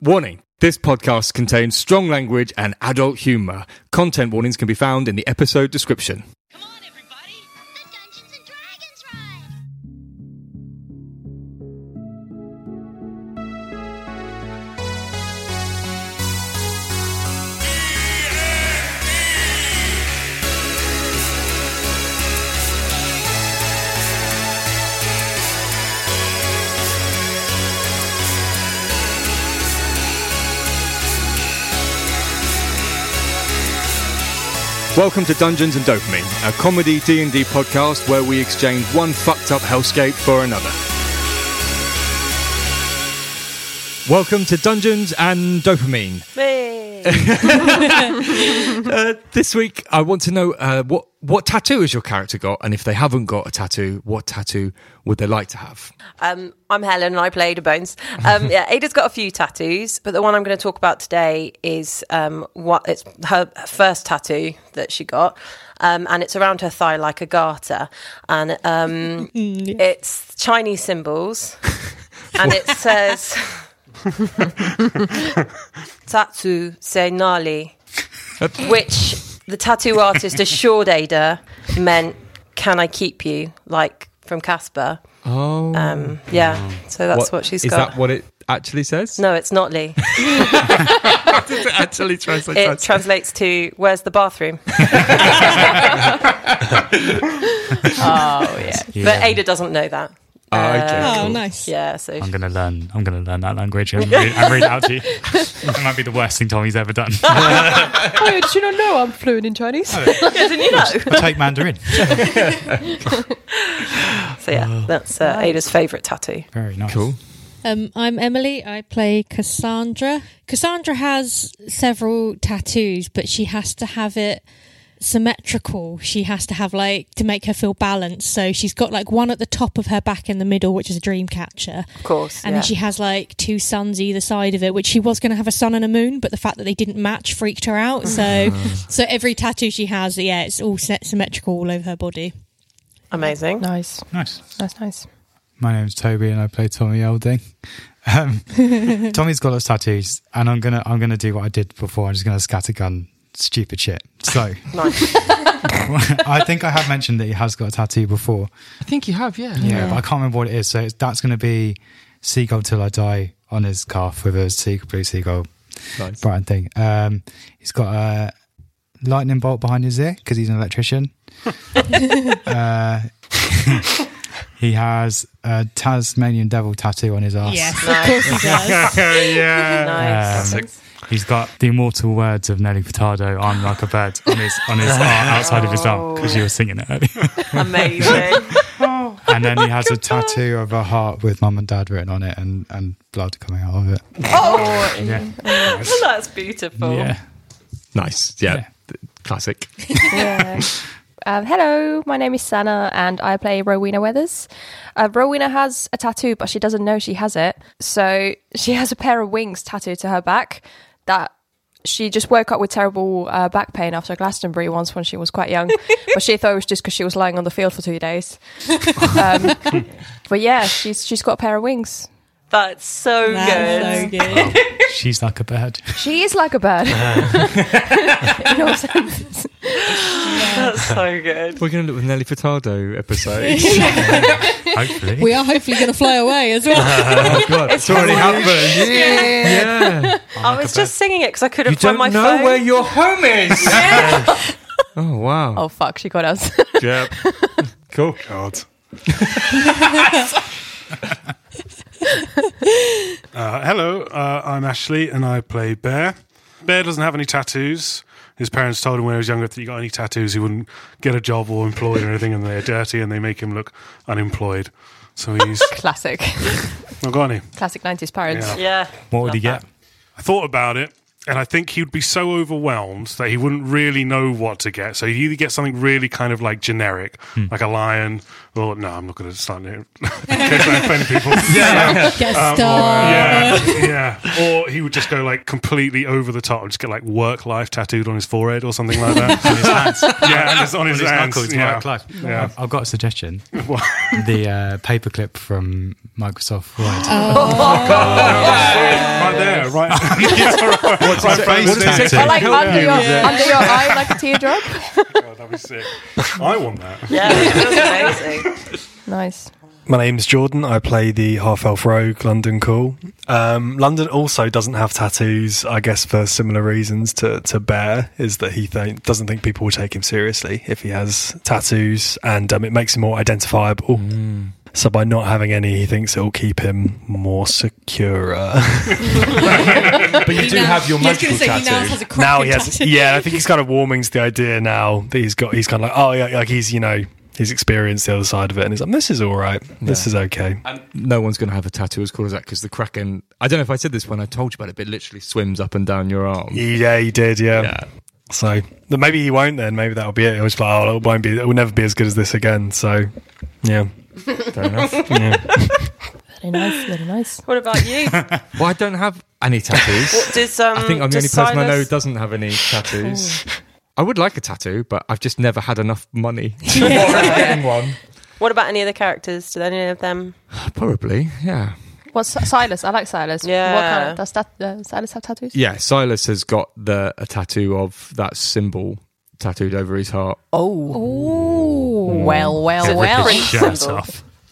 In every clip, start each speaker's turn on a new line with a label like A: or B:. A: Warning this podcast contains strong language and adult humor. Content warnings can be found in the episode description.
B: Come on, everybody! The Dungeons and Dragons ride!
A: Welcome to Dungeons and Dopamine, a comedy D&D podcast where we exchange one fucked up hellscape for another. Welcome to Dungeons and Dopamine. Uh, this week, I want to know uh, what what tattoo has your character got, and if they haven't got a tattoo, what tattoo would they like to have?
C: Um, I'm Helen and I play Ada Bones. Um, yeah, Ada's got a few tattoos, but the one I'm going to talk about today is um, what it's her first tattoo that she got, um, and it's around her thigh like a garter, and um, it's Chinese symbols, and it says tattoo se nali, which the tattoo artist assured Ada meant "Can I keep you?" like from Casper.
A: Oh,
C: Um, yeah, so that's what, she's
A: is
C: got.
A: that what it actually says?
C: no, it's not Lee.
A: Does it actually translate?
C: It translates to "Where's the bathroom?"
D: Oh yeah.
C: But Ada doesn't know that.
A: Ah, okay,
C: Uh,
A: cool.
D: Oh nice.
C: Yeah, so
E: I'm gonna learn. I'm gonna learn that language and read, and read it out to you. It might be the worst thing Tommy's ever done.
D: Oh, did you not know I'm fluent in Chinese?
C: didn't you know?
E: I take Mandarin.
C: So yeah, that's uh, Ada's favourite tattoo.
E: Very nice.
A: Cool.
F: Um, I'm Emily. I play Cassandra. Cassandra has several tattoos, but she has to have it symmetrical. She has to have like to make her feel balanced. So she's got like one at the top of her back in the middle, which is a dream catcher.
C: Of course,
F: And
C: yeah.
F: then she has like two suns either side of it, which she was going to have a sun and a moon, but the fact that they didn't match freaked her out. So, so every tattoo she has, yeah, it's all sy- symmetrical all over her body.
C: amazing.
D: nice.
E: Nice.
D: That's nice.
E: My name's Toby, and I play Tommy Elding. Um, Tommy's got lots of tattoos, and I'm gonna I'm gonna do what I did before. I'm just gonna scattergun stupid shit. So
C: Nice.
E: I think I have mentioned that he has got a tattoo before.
G: I think you have, yeah.
E: Yeah, but I can't remember what it is. So it's, that's gonna be seagull till I die on his calf with a seagull, blue seagull
A: Nice.
E: Brighton thing. Um, he's got a lightning bolt behind his ear because he's an electrician. uh, he has a Tasmanian devil tattoo on his ass.
F: Yes, of course she does.
C: nice.
E: He's got the immortal words of Nelly Furtado, "I'm like a bird" on his on his arm, outside of his arm because you were singing it earlier.
C: amazing.
E: And then he has a tattoo of a heart with mum and dad written on it, and and blood coming out of it.
C: oh,
E: Yeah,
C: that's beautiful.
E: yeah.
A: Nice. Yeah.
E: Yeah.
A: Th- Classic.
D: Yeah. um, hello, my name is Sana, and I play Rowena Weathers. Uh, Rowena has a tattoo, but she doesn't know she has it. So she has a pair of wings tattooed to her back that. She just woke up with terrible uh, back pain after Glastonbury once when she was quite young, but she thought it was just because she was lying on the field for two days. Um, but yeah, she's she's got a pair of wings.
C: That's so
F: That's so
C: good.
F: good.
E: She's like a bird.
D: She is like a bird. In all sense.
C: That's so good.
A: We're going to look with Nelly Furtado episode.
E: Hopefully,
F: We are hopefully going to fly away as well.
A: oh god, it's already happened. Yeah.
C: I was just singing it because I couldn't
A: You
C: find
A: don't
C: my
A: know
C: phone.
A: where your home is. Oh wow.
D: Oh fuck, she got us.
A: Yeah.
H: Oh,
A: Cool. God.
H: Uh, hello, uh, I'm Ashley and I play Bear. Bear doesn't have any tattoos. His parents told him when he was younger that if he got any tattoos, he wouldn't get a job or employed or anything, and they're dirty and they make him look unemployed. So he's
D: Classic.
H: not got any.
D: Classic 90s parents.
H: Yeah.
C: yeah.
E: what would he get?
H: I thought about it, and I think he'd be so overwhelmed that he wouldn't really know what to get. So he'd either get something really kind of like generic,
E: Hmm.
H: like a lion, or no, I'm not going to start it. in case I offend people.
F: Get
A: Um,
F: started.
H: yeah, yeah. Or he would just go like completely over the top and just get like work life tattooed on his forehead or something like that.
E: His hands.
H: yeah, and it's on his,
E: his
H: hands.
E: knuckles,
H: yeah.
E: Mark Clark.
H: Yeah.
E: I've, I've got a suggestion. the
F: Uh,
E: uh, paperclip from Microsoft Word.
H: Oh, Right there, right. What's right
A: say? What does it
H: face
A: say?
D: Or
H: there.
D: like
A: Help
D: under
A: you,
D: your,
A: yeah.
D: under your eye, like a teardrop.
H: God, that'd be sick. I want that.
C: Yeah, that was amazing.
D: Nice.
G: My name's Jordan. I play the half elf rogue, London Cool. Um, London also doesn't have tattoos, I guess, for similar reasons to, to Bear, is that he th- doesn't think people will take him seriously if he has tattoos, and um, it makes him more identifiable. So by not having any, he thinks it'll keep him more secure.
A: But you do have your
F: I was
A: magical
F: going to say he now has
A: tattoo.
F: a cracking
G: now he has,
F: tattoo.
G: yeah, I think he's kind of warming to the idea now that he's got, he's kind of like, oh, yeah, like he's, you know, he's experienced the other side of it, and he's like, this is all right, this is okay.
A: No one's going to have a tattoo as cool as that because the kraken. I don't know if I said this when I told you about it, but it literally swims up and down your arm.
G: Yeah, he did. Yeah.
A: Yeah.
G: So th- maybe he won't. Then maybe that'll be it. It was like, oh, it won't be. It will never be as good as this again. So, yeah.
A: Fair enough.
D: Very nice. Very nice.
C: What about you?
A: well, I don't have any tattoos.
C: What does um?
A: I think I'm the only
C: does
A: person I know who
C: Silas-
A: doesn't have any tattoos. I would like a tattoo, but I've just never had enough money to warrant getting one.
C: What about any of the characters? Do any of them?
A: Probably, yeah.
D: What's Silas? I like Silas. What kind
C: Yeah.
D: of, does that, uh, Silas have tattoos?
A: Yeah, Silas has got the a tattoo of that symbol tattooed over his heart.
D: Oh. Well, well, well.
H: Shut up.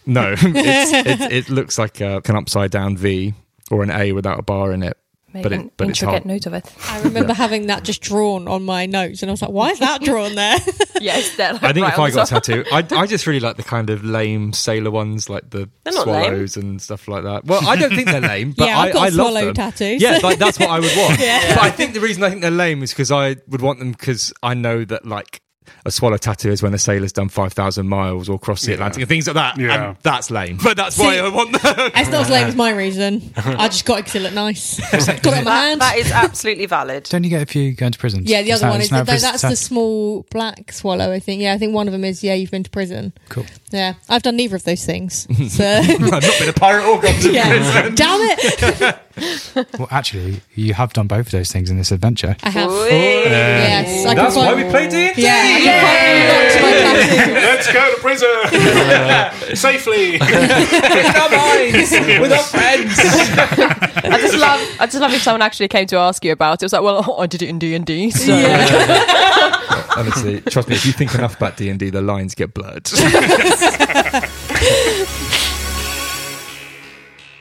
A: No, it's, it, it looks like a, an upside down V or an A without a bar in it.
D: Make
A: But it-
D: an
A: but it's hard.
D: intricate note of it.
F: I remember having that just drawn on my notes, and I was like, "Why is that drawn there?"
D: yes, that.
A: I think if I got a tattoo, I, I just really like the kind of lame sailor ones, like the
C: They're not lame.
A: swallows and stuff like that. Well, I don't think they're lame, but
F: Yeah,
A: I,
F: I've got
A: I love
F: swallow
A: them.
F: tattoos.
A: Yeah, like, that's what I would want. But I think the reason I think they're lame is because I would want them because I know that like a swallow tattoo is when a sailor's done five thousand miles or crossed the Atlantic and things like that.
H: Yeah.
A: and that's lame. But that's why
F: See-
A: I want them.
F: It's not as lame as my reason. I just got it because it looked nice. got it on my
C: That,
F: hand.
C: that is absolutely valid.
E: Don't you get a few going to prison?
F: yeah, the other one is
E: now
F: that,
E: prison
F: that's the
E: tat-
F: small black swallow. I think. Yeah, I think one of them is. Yeah, you've been to prison.
E: Cool.
F: Yeah, I've done neither of those things. So
A: I've not been a pirate or gone to
F: yeah, damn it,
E: Well, actually, you have done both of those things in this adventure.
F: I have.
C: Whee!
F: Yes, I
A: That's
F: can
A: why
F: find,
A: we play D.
F: Yeah, I can find a lot to my tattoo.
H: Let's go to prison safely.
A: in our minds with our friends.
D: I just love. I just love if someone actually came to ask you about it. It was like, well, oh, I did it in D and D. So
A: Honestly, trust me, if you think enough about D and D, the lines get blurred.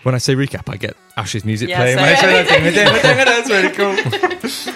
A: When I say recap, I get Ash's music
C: Yeah,
A: playing.
C: same.
A: When I say that thing, we're doing- we're doing it, That's really cool.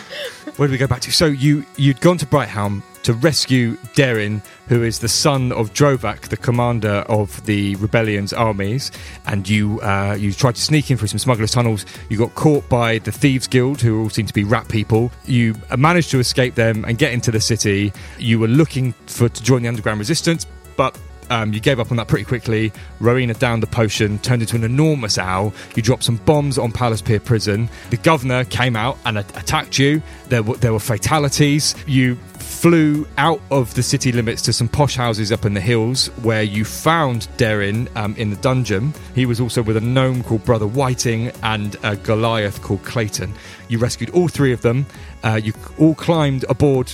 A: Where do we go back to? So you you'd gone to Brighthelm to rescue Derin, who is the son of Drovac, the commander of the rebellion's armies, and you uh, you tried to sneak in through some smugglers' tunnels. You got caught by the thieves' guild, who all seem to be rat people. You uh, managed to escape them and get into the city. You were looking for to join the underground resistance, but um, you gave up on that pretty quickly. Rowena downed the potion, turned into an enormous owl. You dropped some bombs on Palace Pier Prison. The governor came out and a- attacked you. There were, there were fatalities. You flew out of the city limits to some posh houses up in the hills where you found Derin um, in the dungeon. He was also with a gnome called Brother Whiting and a Goliath called Clayton. You rescued all three of them. Uh, you all climbed aboard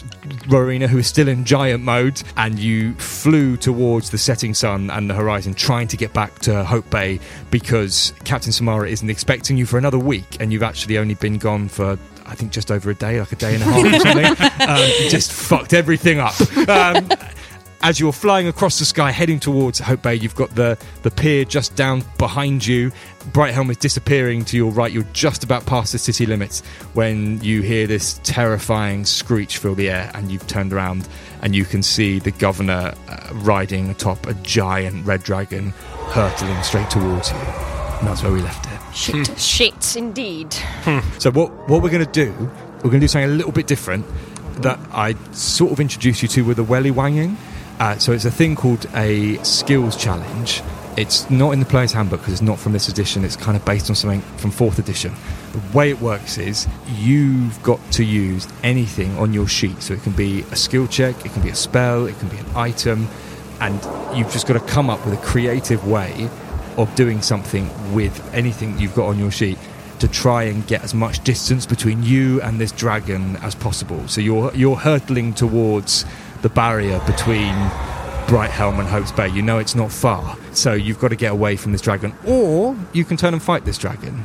A: Rowena, who is still in giant mode, and you flew towards the setting sun and the horizon, trying to get back to Hope Bay because Captain Samara isn't expecting you for another week, and you've actually only been gone for. I think just over a day, like a day and a half or something. Um, you just fucked everything up. Um, as you're flying across the sky heading towards Hope Bay, you've got the, the pier just down behind you. Brighthelm is disappearing to your right. You're just about past the city limits when you hear this terrifying screech fill the air, and you've turned around and you can see the governor uh, riding atop a giant red dragon hurtling straight towards you. And that's where we left it.
D: shit, shit, indeed.
A: So what what we're going to do? We're going to do something a little bit different that I sort of introduced you to with the welly wanging. Uh, so it's a thing called a skills challenge. It's not in the player's handbook because it's not from this edition. It's kind of based on something from fourth edition. The way it works is you've got to use anything on your sheet. So it can be a skill check, it can be a spell, it can be an item, and you've just got to come up with a creative way of doing something with anything that you've got on your sheet to try and get as much distance between you and this dragon as possible. So you're you're hurtling towards the barrier between Brighthelm and Hope's Bay. You know it's not far, so you've got to get away from this dragon, or you can turn and fight this dragon.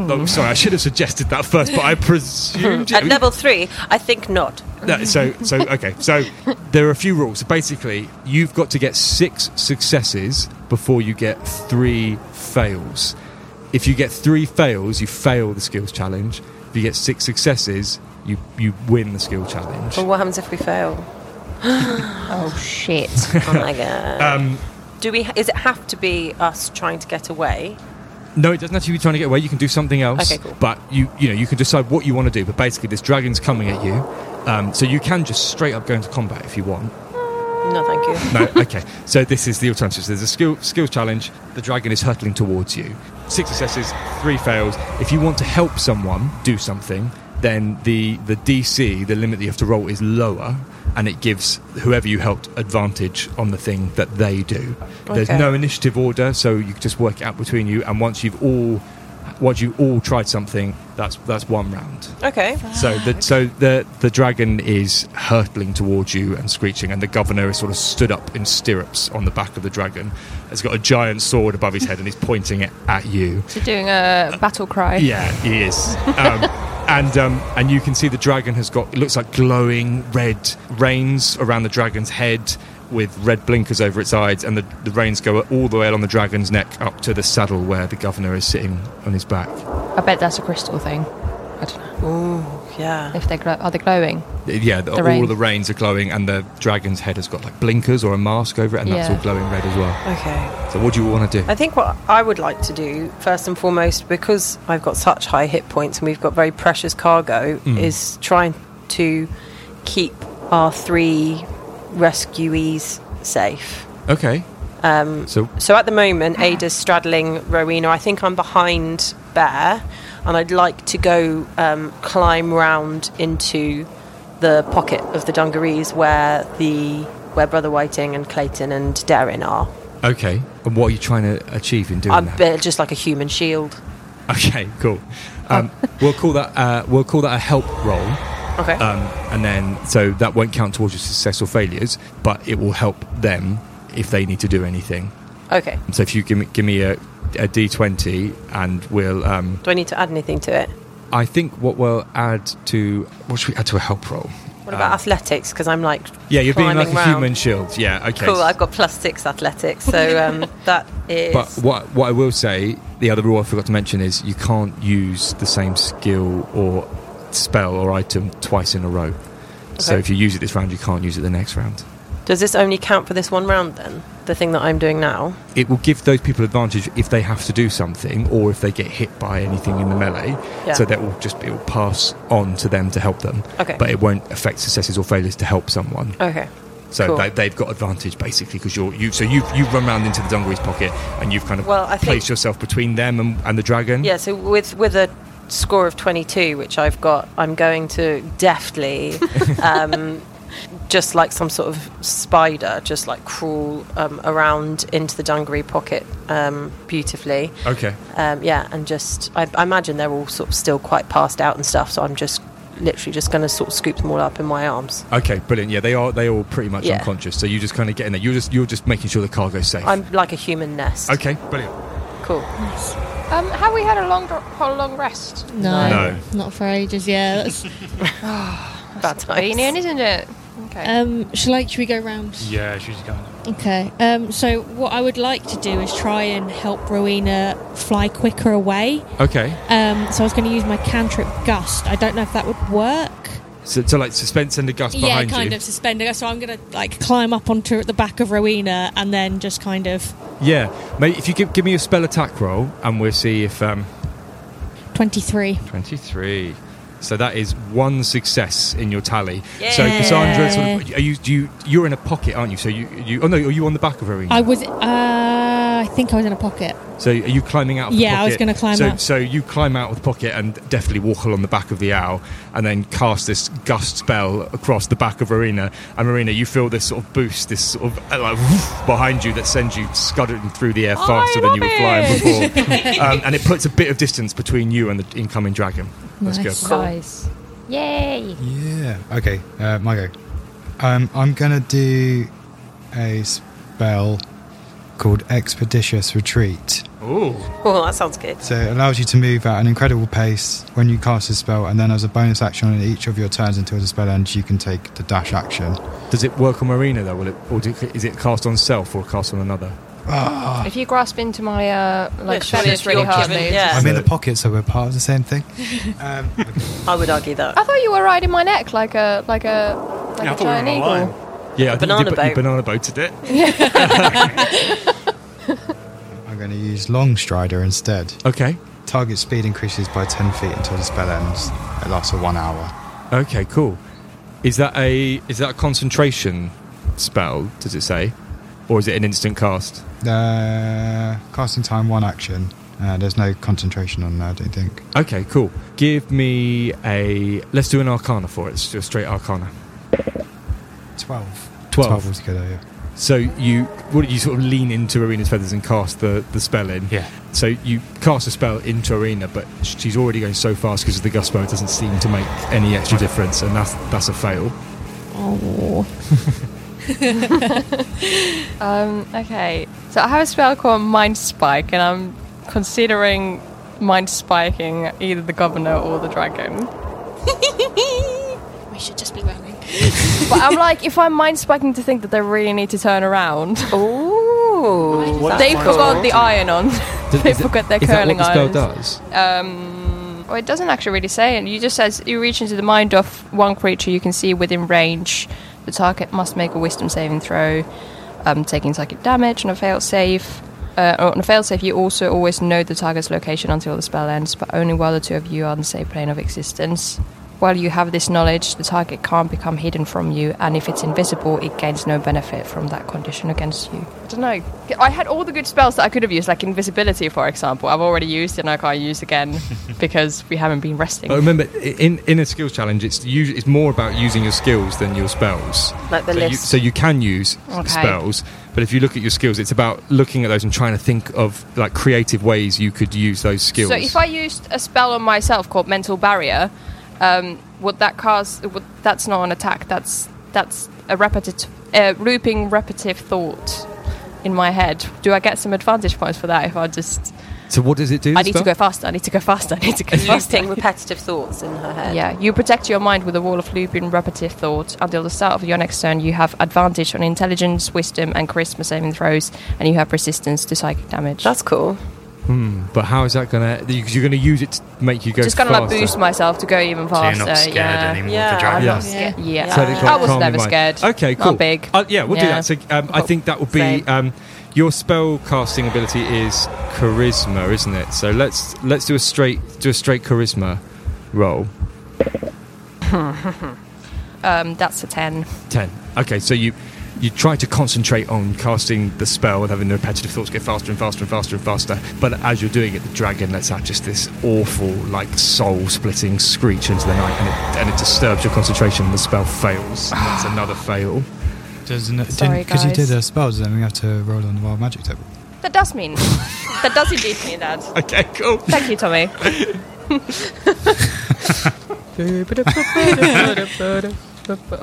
A: oh, sorry, I should have suggested that first, but I presumed.
C: At level three, I think not.
A: No, so, so okay. So there are a few rules. So basically, you've got to get six successes before you get three fails. If you get three fails, you fail the skills challenge. If you get six successes, you you win the skill challenge.
C: Well, what happens if we fail?
D: Oh shit!
C: Oh my god. Do we? Is it have to be us trying to get away?
A: No, it doesn't have to be trying to get away. You can do something else.
C: Okay, cool.
A: But you, you know, you can decide what you want to do. But basically, this dragon's coming at you, um, so you can just straight up go into combat if you want.
C: No, thank you.
A: No, okay. So this is the alternative. So there's a skill skills challenge. The dragon is hurtling towards you. Six successes, three fails. If you want to help someone do something, then the the DC, the limit that you have to roll, is lower, and it gives whoever you helped advantage on the thing that they do. There's
C: Okay.
A: no initiative order, so you just work it out between you. And once you've all once you all tried something, that's that's one round.
C: Okay.
A: So the so the the dragon is hurtling towards you and screeching, and the governor is sort of stood up in stirrups on the back of the dragon. He's got a giant sword above his head and he's pointing it at you.
D: So doing a battle cry.
A: Yeah, he is. Um, and um, and you can see the dragon has got it looks like glowing red reins around the dragon's head with red blinkers over its eyes, and the, the reins go all the way along the dragon's neck up to the saddle where the governor is sitting on his back.
D: I bet that's a crystal thing. I don't know
C: Yeah.
D: if they glow. Are they glowing?
A: Yeah, the, all
D: rain.
A: the reins are glowing, and the dragon's head has got like blinkers or a mask over it, and that's
D: Yeah.
A: all glowing red as well.
C: Okay.
A: So, what do you want to do?
C: I think what I would like to do, first and foremost, because I've got such high hit points and we've got very precious cargo, is trying to keep our three rescuees safe.
A: Okay. Um, so,
C: So at the moment, Ada's straddling Rowena. I think I'm behind Bear, and I'd like to go um, climb round into the pocket of the dungarees where the where Brother Whiting and Clayton and Darren are.
A: okay. And what are you trying to achieve in doing
C: I'm
A: that?
C: bit- just like a human shield.
A: Okay, cool. Um, we'll call that uh, we'll call that a help roll,
C: Okay.
A: um, and then so that won't count towards your success or failures, but it will help them if they need to do anything.
C: okay.
A: So, if you give me give me a, a d twenty, and we'll um,
C: Do I need to add anything to it?
A: I think what we'll add to what should we add to a help roll?
C: What about athletics? Because I'm like
A: Um, Yeah, you're being
C: climbing
A: like a
C: round.
A: human shield. Yeah, okay.
C: Cool, I've got plus six athletics, so um, that is.
A: But what what I will say, the other rule I forgot to mention is you can't use the same skill or spell or item twice in a row. So
C: Okay.
A: if you use it this round, you can't use it the next round.
C: Does this only count for this one round then? The thing that I'm doing now.
A: It will give those people advantage if they have to do something or if they get hit by anything in the melee.
C: Yeah.
A: So that will just it will pass on to them to help them.
C: Okay.
A: But it won't affect successes or failures to help someone.
C: Okay.
A: So
C: Cool.
A: they, they've got advantage basically because you're you. So you've you've run round into the dungaree's pocket and you've kind of
C: Well, I think-
A: placed yourself between them and, and the dragon.
C: Yeah, so with with a score of 22, which I've got, I'm going to deftly, um, just like some sort of spider, just like crawl um, around into the dungaree pocket um, beautifully.
A: Okay.
C: um, yeah, and just I, I imagine they're all sort of still quite passed out and stuff. So I'm just literally just going to sort of scoop them all up in my arms.
A: Okay. Brilliant. Yeah, they are they all pretty much
C: Yeah.
A: unconscious. So you just kind of get in there. You're just you're just making sure the cargo's safe.
C: I'm like a human nest.
A: okay. Brilliant.
C: cool.
D: Um, have we had a long, a long rest?
F: No,
A: No.
F: not for ages. Yeah. That's,
C: Bad times.
D: Convenient, isn't it? Okay.
F: um, shall I? Should we go round?
E: Yeah, she's going.
F: Okay. Um, so what I would like to do is try and help Rowena fly quicker away.
A: Okay.
F: Um, so I was going to use my cantrip gust. I don't know if that would work.
A: So, so like suspense and a gust
F: yeah,
A: behind
F: kind
A: you.
F: of suspending. So I'm going to like climb up onto the back of Rowena and then just kind of
A: Yeah. Mate, if you give give me a spell attack roll and we'll see if um
F: 23.
A: 23. So that is one success in your tally. So Cassandra, sort of, are you do you you're in a pocket, aren't you? So you you oh no, are you on the back of her?
F: I was. Uh, I think I was in a pocket.
A: So are you climbing out? Of the
F: Yeah, I was
A: pocket?
F: gonna climb
A: so,
F: out.
A: So you climb out of the pocket and definitely walk along the back of the owl, and then cast this gust spell across the back of Arena. And Arena, you feel this sort of boost, this sort of uh, like woof behind you that sends you scudding through the air
D: Oh, I
A: faster than you were
D: love
A: flying before, um, and it puts a bit of distance between you and the incoming dragon. That's
F: Nice.
A: good.
D: Nice. Yay!
E: Yeah. Okay. Uh, my go. Um, I'm gonna do a spell called Expeditious Retreat.
A: Ooh.
C: Oh, that sounds good.
E: So it allows you to move at an incredible pace when you cast a spell, and then as a bonus action on each of your turns until the spell ends, you can take the dash action.
A: Does it work on Marina though? Will it, or do, is it cast on self or cast on another? Ah.
D: If you grasp into my uh, like
C: surely
D: feathers
C: if
D: really
C: you're
D: hardly,
C: given-
D: it's
C: yeah.
E: I
I: Um,
E: mean, the
A: So-
E: pockets so we're part of the same thing. Um,
C: I would argue that.
D: I thought you were riding my neck like a like a like
H: Yeah, I
D: a
H: thought we were
D: giant
H: on a line.
D: eagle.
A: Yeah, I think you
C: Banana
A: did, but you
C: boat.
A: banana boated it.
E: I'm going to use Long Strider instead.
A: Okay.
E: Target speed increases by 10 feet until the spell ends. It lasts for one hour.
A: Okay. Cool. Is that a is that a concentration spell? Does it say, or is it an instant cast?
E: Uh, casting time, one action. Uh, there's no concentration on that, I don't think.
A: Okay. Cool. Give me a. Let's do an Arcana for it. Let's do a straight Arcana.
E: 12.
A: 12.
E: altogether, yeah.
A: So you what you sort of lean into Arena's feathers and cast the the spell in.
E: Yeah.
A: So you cast a spell into Arena, but she's already going so fast because of the gust spell. It doesn't seem to make any extra difference, and that's that's a fail.
F: Oh.
D: Um, okay, so I have a spell called Mind Spike, and I'm considering mind spiking either the governor or the dragon.
F: We should just be running.
D: But I'm like, if I'm mind spiking to think that they really need to turn around,
C: Ooh.
H: What-
D: they
H: Mind
D: forgot
H: spiking?
D: the iron on. they forgot their
A: Is that what
D: curling
A: the spell
D: irons.
A: does?
D: Um, well, it doesn't actually really say it. You just says you reach into the mind of one creature you can see within range. The target must make a Wisdom saving throw, um, taking psychic damage on a failed save. Uh, on a failed save, you also always know the target's location until the spell ends, but only while the two of you are on the same plane of existence. While you have this knowledge, the target can't become hidden from you, and if it's invisible, it gains no benefit from that condition against you. I don't know. I had all the good spells that I could have used, like invisibility, for example. I've already used it and I can't use again because we haven't been resting.
A: But remember, i- in in a skills challenge, it's usually, it's more about using your skills than your spells.
C: Like the
A: so You,
C: list.
A: so you can use
D: Okay.
A: spells, but if you look at your skills, it's about looking at those and trying to think of like creative ways you could use those skills.
D: So if I used a spell on myself called Mental Barrier, um, would that cast? Would, that's not an attack. That's that's a repetitive, uh, looping, repetitive thought in my head. Do I get some advantage points for that if I just?
A: so what does it do?
D: I
A: the
D: need to
A: spell?
D: go faster. I need to go faster. I need to go faster.
C: Looping repetitive thoughts in her head.
D: Yeah, you protect your mind with a wall of looping, repetitive thought. Until the start of your next turn, you have advantage on intelligence, wisdom, and charisma saving throws, and you have resistance to psychic damage.
C: That's cool.
A: But how is that gonna? you- You're gonna use it to make you go
D: just
A: faster.
D: gonna like boost myself to go even
I: So
D: faster.
I: Oh, you're not scared
D: yeah.
I: anymore
C: Yeah,
I: of the
D: I'm
I: dragon.
D: not
A: Yeah.
D: scared. Yeah,
C: Yeah.
A: So they
C: I
A: can't
D: was
A: calm
D: never
A: your mind.
D: scared.
A: Okay,
D: Not
A: cool.
D: big.
A: Uh, yeah, we'll
D: Yeah.
A: do that. So um, I
D: Cool.
A: think that would be
C: Same.
A: um, your spell casting ability is charisma, isn't it? So let's let's do a straight do a straight charisma roll.
D: Um, that's a ten.
A: 10. Okay, so you you try to concentrate on casting the spell and having the repetitive thoughts get faster and faster and faster and faster. But as you're doing it, the dragon lets out just this awful, like soul-splitting screech into the night, and it, and it disturbs your concentration. And the spell fails. And that's another fail.
E: Doesn't it?
D: Sorry,
E: Because you
D: guys.
E: did a spell, then we have to roll on the wild magic table.
D: That does mean. that does indeed mean that.
A: Okay, cool.
D: Thank you, Tommy.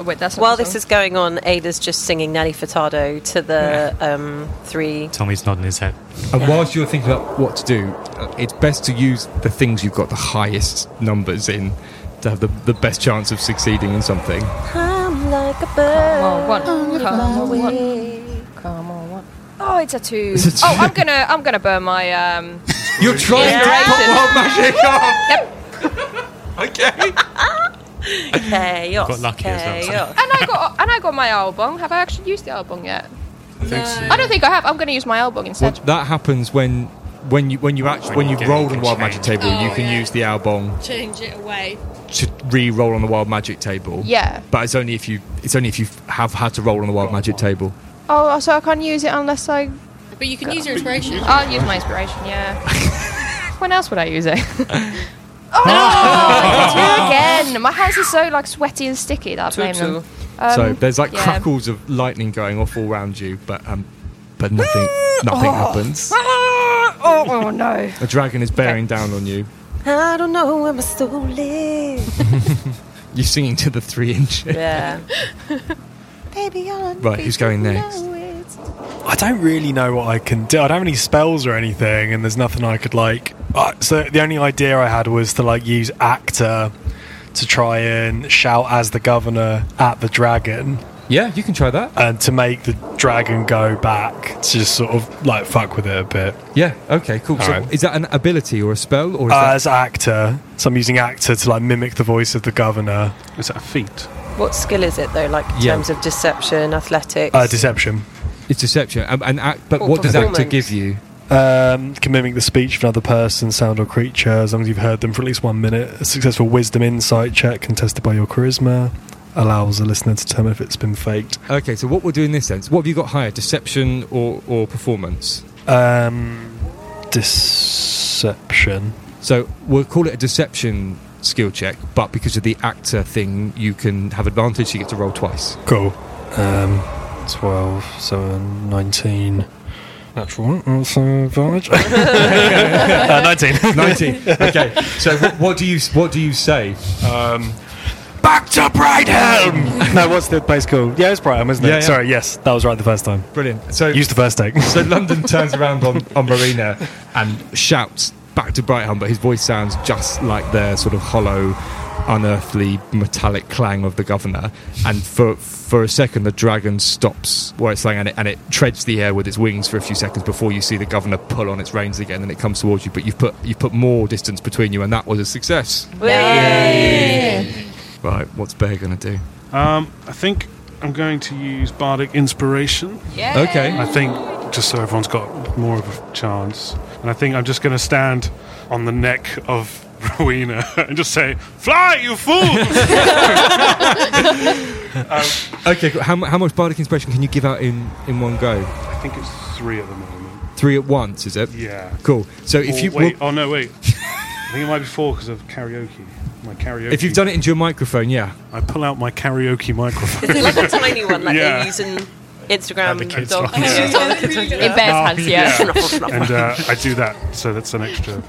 D: Wait, that's not
C: While
D: the
C: this
D: song.
C: is going on, Ada's just singing Nelly Furtado to the um, three.
I: Tommy's nodding his head.
A: And whilst you're thinking about what to do, uh, it's best to use the things you've got the highest numbers in to have the, the best chance of succeeding in something.
C: I'm like a bird.
D: Come on, one. Come on, Oh, one. Come on, one. Oh, it's a two. Oh, I'm gonna, I'm gonna burn my. Um,
A: You're trying to
C: Yeah.
A: pop wild magic off! okay.
C: Chaos.
I: Got lucky as well.
C: chaos.
D: and I got, and I got my owl bong. Have I actually used the owl bong yet? I don't think I have. I'm gonna use my owl bong
A: Well,
D: instead.
A: that happens when when you when you actually when
I: you
A: you
I: get
A: roll
I: it,
A: on the
I: you
A: wild
I: change.
A: magic table,
F: Oh,
A: you can
F: yeah.
A: use the albong
F: Change it away.
A: to re-roll on the wild magic table.
D: Yeah.
A: but it's only if you it's only if you have had to roll on the wild magic table.
D: Oh, so I can't use it unless I.
F: But you can use your inspiration.
D: I'll use my inspiration. Yeah. when else would I use it? oh, I got two again. My hands are so like sweaty and sticky. That I blame them. Um,
A: so there's like
D: yeah.
A: crackles of lightning going off all round you, but um, but nothing nothing happens.
D: Oh, oh no.
A: The dragon is bearing down on you.
C: I don't know where my soul lives.
A: You're singing to the three inch.
C: Yeah.
A: Right, who's going next?
G: I don't really know what I can do. I don't have any spells or anything, and there's nothing I could like. Uh, so the only idea I had was to like use actor to try and shout as the governor at the dragon,
A: Yeah, you can try that.
G: and to make the dragon go back to just sort of like fuck with it a bit.
A: Yeah. Okay. Cool. So,
G: Alright.
A: is that an ability or a spell, or is
G: Uh,
A: that
G: as actor, so I'm using actor to like mimic the voice of the governor.
H: Is that a feat?
C: What skill is it though? Like in
A: Yeah.
C: terms of deception, athletics.
G: Uh, deception.
A: it's deception? Um, and act, but
C: Or
A: what does actor
C: performance.
A: give you?
G: Um, can mimic the speech of another person, sound, or creature as long as you've heard them for at least one minute. A successful wisdom insight check contested by your charisma allows a listener to determine if it's been faked.
A: Okay. So, what we'll do in this sense? What have you got higher, deception or or performance?
G: Um, deception.
A: So, we'll call it a deception skill check, but because of the actor thing, you can have advantage. You get to roll twice.
G: Cool. Um, 12, 7, 19. Natural one, also advantage. uh, 19.
A: Nineteen. okay. So, what, what do you what do you say?
G: Um, back to Brighthelm! Um, no, what's the place called? Yeah, it's Brighthelm, isn't it?
A: Yeah, yeah.
G: Sorry, yes, that was right the first time.
A: Brilliant. So,
G: Used the first take.
A: So London turns around on, on Marina and shouts back to Brighton, but his voice sounds just like their sort of hollow, unearthly, metallic clang of the governor. And for for a second, the dragon stops where it's lying and it, and it treads the air with its wings for a few seconds before you see the governor pull on its reins again and it comes towards you. But you've put you've put more distance between you, and that was a success. Right, what's Bear gonna do?
H: Um, I think I'm going to use bardic inspiration.
A: Okay.
H: I think just so everyone's got more of a chance, and I think I'm just going to stand on the neck of Rowena and just say, "Fly, you fool!"
A: Okay. cool. How, mu- how much bardic inspiration can you give out in in one go?
H: I think it's three at the moment.
A: Three at once, is it?
H: Yeah.
A: Cool. So if
H: Or
A: you
H: wait, oh no, wait. I think it might be four because of karaoke. My karaoke.
A: If you've done it into your microphone, yeah.
H: I pull out my karaoke microphone.
C: Is it like a tiny one like
H: Yeah.
C: they use in Instagram
G: the kids'
C: dog?
G: ones.
C: Yeah. dog kids' ones,
D: In Bear's hands, yeah.
H: and uh, I do that, so that's an extra.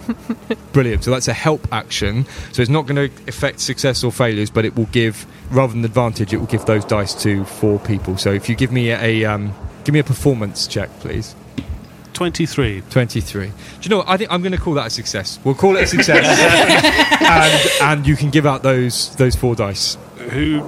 A: Brilliant. So that's a help action. So it's not going to affect success or failures, but it will give, rather than advantage, it will give those dice to four people. So if you give me a, um, give me a performance check, please.
H: 23.
A: Twenty-three. Do you know what? I think I'm going to call that a success. We'll call it a success, and, and you can give out those those four dice.
H: Who do you,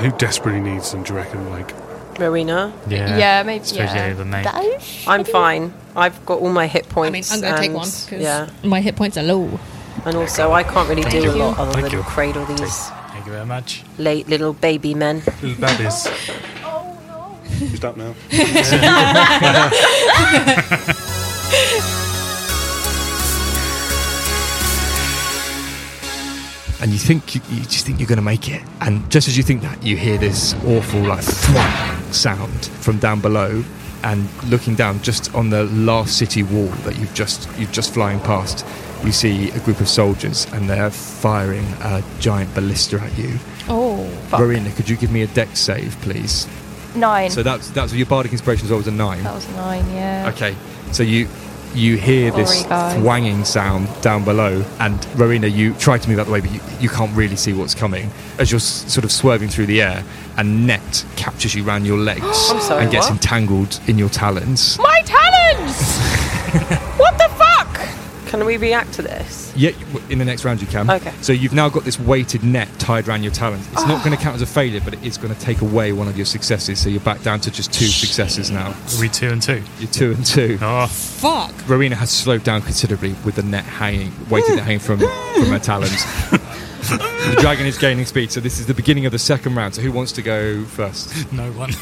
H: who desperately needs them, do you reckon? Like,
C: Marina,
E: Yeah.
D: Yeah, maybe-
E: Especially
D: yeah.
E: over me.
C: I'm fine. I've got all my hit
F: I
C: points.
F: mean, I'm going to take
C: and-
F: one because
C: Yeah,
F: my hit points are low.
C: and also I can't really do a
E: you.
C: lot other
E: Thank
C: than
E: you.
C: cradle these
E: Thank you very much.
C: late little baby men.
H: little babbies. Who's that now?
A: and you think you, you just think you're going to make it and just as you think that you hear this awful like thwack sound from down below and looking down just on the last city wall that you've just you've just flying past you see a group of soldiers and they're firing a giant ballista at you
F: Oh,
A: Rowena, could you give me a deck save please
D: Nine.
A: so that's that's your bardic inspiration as well as a nine
D: that was a nine, yeah.
A: Okay, so you you hear this
D: Sorry, guys.
A: thwanging sound down below, and Rowena, you try to move out the way, but you, you can't really see what's coming as you're s- sort of swerving through the air. A net captures you round your legs
C: sorry,
A: and gets
C: what?
A: entangled in your talons.
D: My talons! what the fuck?
C: Can we react to this?
A: Yeah, w- in the next round you can.
C: Okay. Ah.
A: So you've now got this weighted net tied around your talons. It's not going to count as a failure, but it is going to take away one of your successes. So you're back down to just two successes now.
E: Are we two and two?
A: You're two and two.
H: Ah.
E: Oh,
F: fuck.
A: Rowena has slowed down considerably with the net hanging, weighted net hanging from, from her talons. the dragon is gaining speed, so this is the beginning of the second round. So who wants to go first?
E: no one.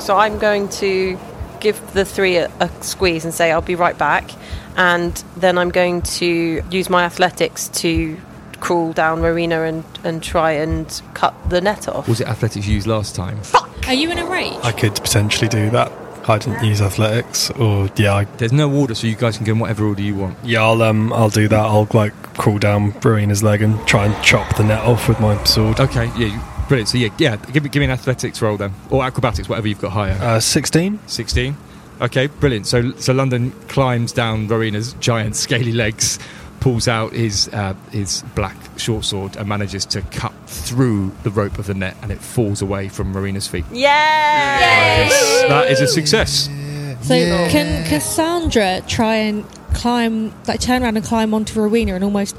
C: So I'm going to give the three a, a squeeze and say I'll be right back, and then I'm going to use my athletics to crawl down Marina and and try and cut the net off.
A: Was it athletics used last time?
F: Are you in a rage?
G: I could potentially do that. I didn't use athletics, or yeah, I,
A: There's no order, so you guys can go in whatever order you want.
G: yeah, I'll um, I'll do that. I'll like crawl down Rowena's leg and try and chop the net off with my sword.
A: Okay, yeah, you, brilliant. So yeah, yeah, give me give me an athletics roll then, or acrobatics, whatever you've got higher.
G: Uh, Sixteen.
A: Sixteen. Okay, brilliant. So so London climbs down Rowena's giant scaly legs, pulls out his uh, his black short sword, and manages to cut through the rope of the net and it falls away from Marina's feet.
C: Yay!
A: Yes, that is a success.
F: So can Cassandra try and climb, like turn around and climb onto Rowena and almost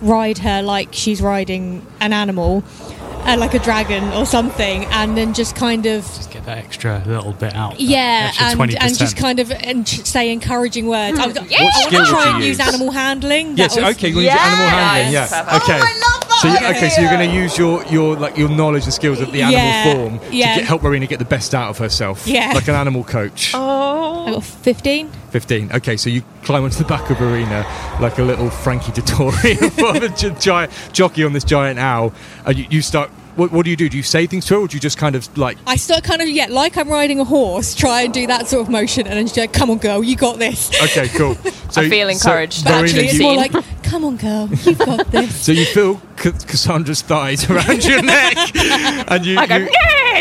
F: ride her like she's riding an animal, uh, like a dragon or something, and then just kind of
E: Just get that extra little bit out. that
F: yeah,
E: extra
F: and,
E: 20%.
F: and just kind of and ch- say encouraging words. I, was, I
A: Hmm. What
F: want
A: skill
F: to
A: would
F: try
A: you
F: and use?
A: use?
F: animal handling.
A: Yes,
F: That was-
A: okay, we'll use animal handling.
C: Yes.
A: Yeah,
C: Perfect.
A: okay.
C: Oh, I love that
A: So you-
C: idea.
A: okay, so you're going to use your, your like your knowledge and skills of the animal
F: Yeah,
A: form
F: yeah.
A: to get, help Marina get the best out of herself.
F: Yeah.
A: like an animal coach.
C: Oh,
F: I got fifteen.
A: 15. Okay, so you climb onto the back of Arena like a little Frankie Dettori for the gi- giant jockey on this giant owl, and you, you start. What, what do you do? Do you say things to her, or do you just kind of like?
F: I start kind of yeah, like I'm riding a horse. Try and do that sort of motion, and then she's like, "Come on, girl, you got this."
A: Okay, cool. So,
C: I feel
A: so
C: encouraged.
F: But
A: Verena,
F: actually, it's
A: you-
F: more like, "Come on, girl, you've got this."
A: So you feel C- Cassandra's thighs around your neck, and you
C: I go,
A: you,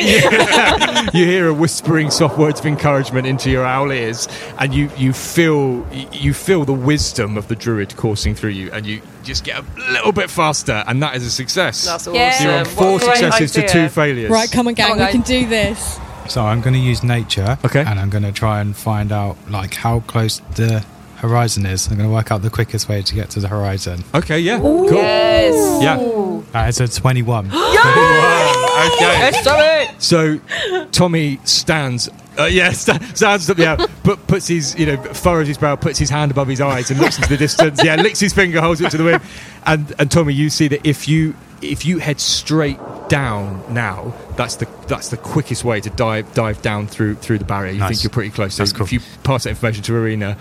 A: you hear her whispering soft words of encouragement into your owl ears, and you you feel you feel the wisdom of the druid coursing through you, and you just get a little bit faster, and that is a success.
C: That's awesome.
D: Yeah.
A: So you're on
C: Um, What
A: four
C: a great
A: successes to
C: idea.
A: two failures.
F: Right, come on, gang,
C: Come on,
F: we
C: guys.
F: can do this.
E: So I'm going to use nature.
A: Okay.
E: And I'm going to try and find out like how close the horizon is. I'm going to work out the quickest way to get to the horizon.
A: Okay, yeah, cool.
C: Yes.
A: Yeah.
E: Uh, it's a 21.
A: Okay.
C: Let's do it.
A: Oh, So Tommy stands, uh, yeah, sta stands up the air, but puts his, you know, furrows his brow, puts his hand above his eyes, and looks into the distance. Yeah, licks his finger, holds it to the wind, and and Tommy, you see that if you if you head straight down now, that's the that's the quickest way to dive dive down through through the barrier. You
E: Nice.
A: think you're pretty close. So
E: That's cool.
A: if you pass that information to Marina,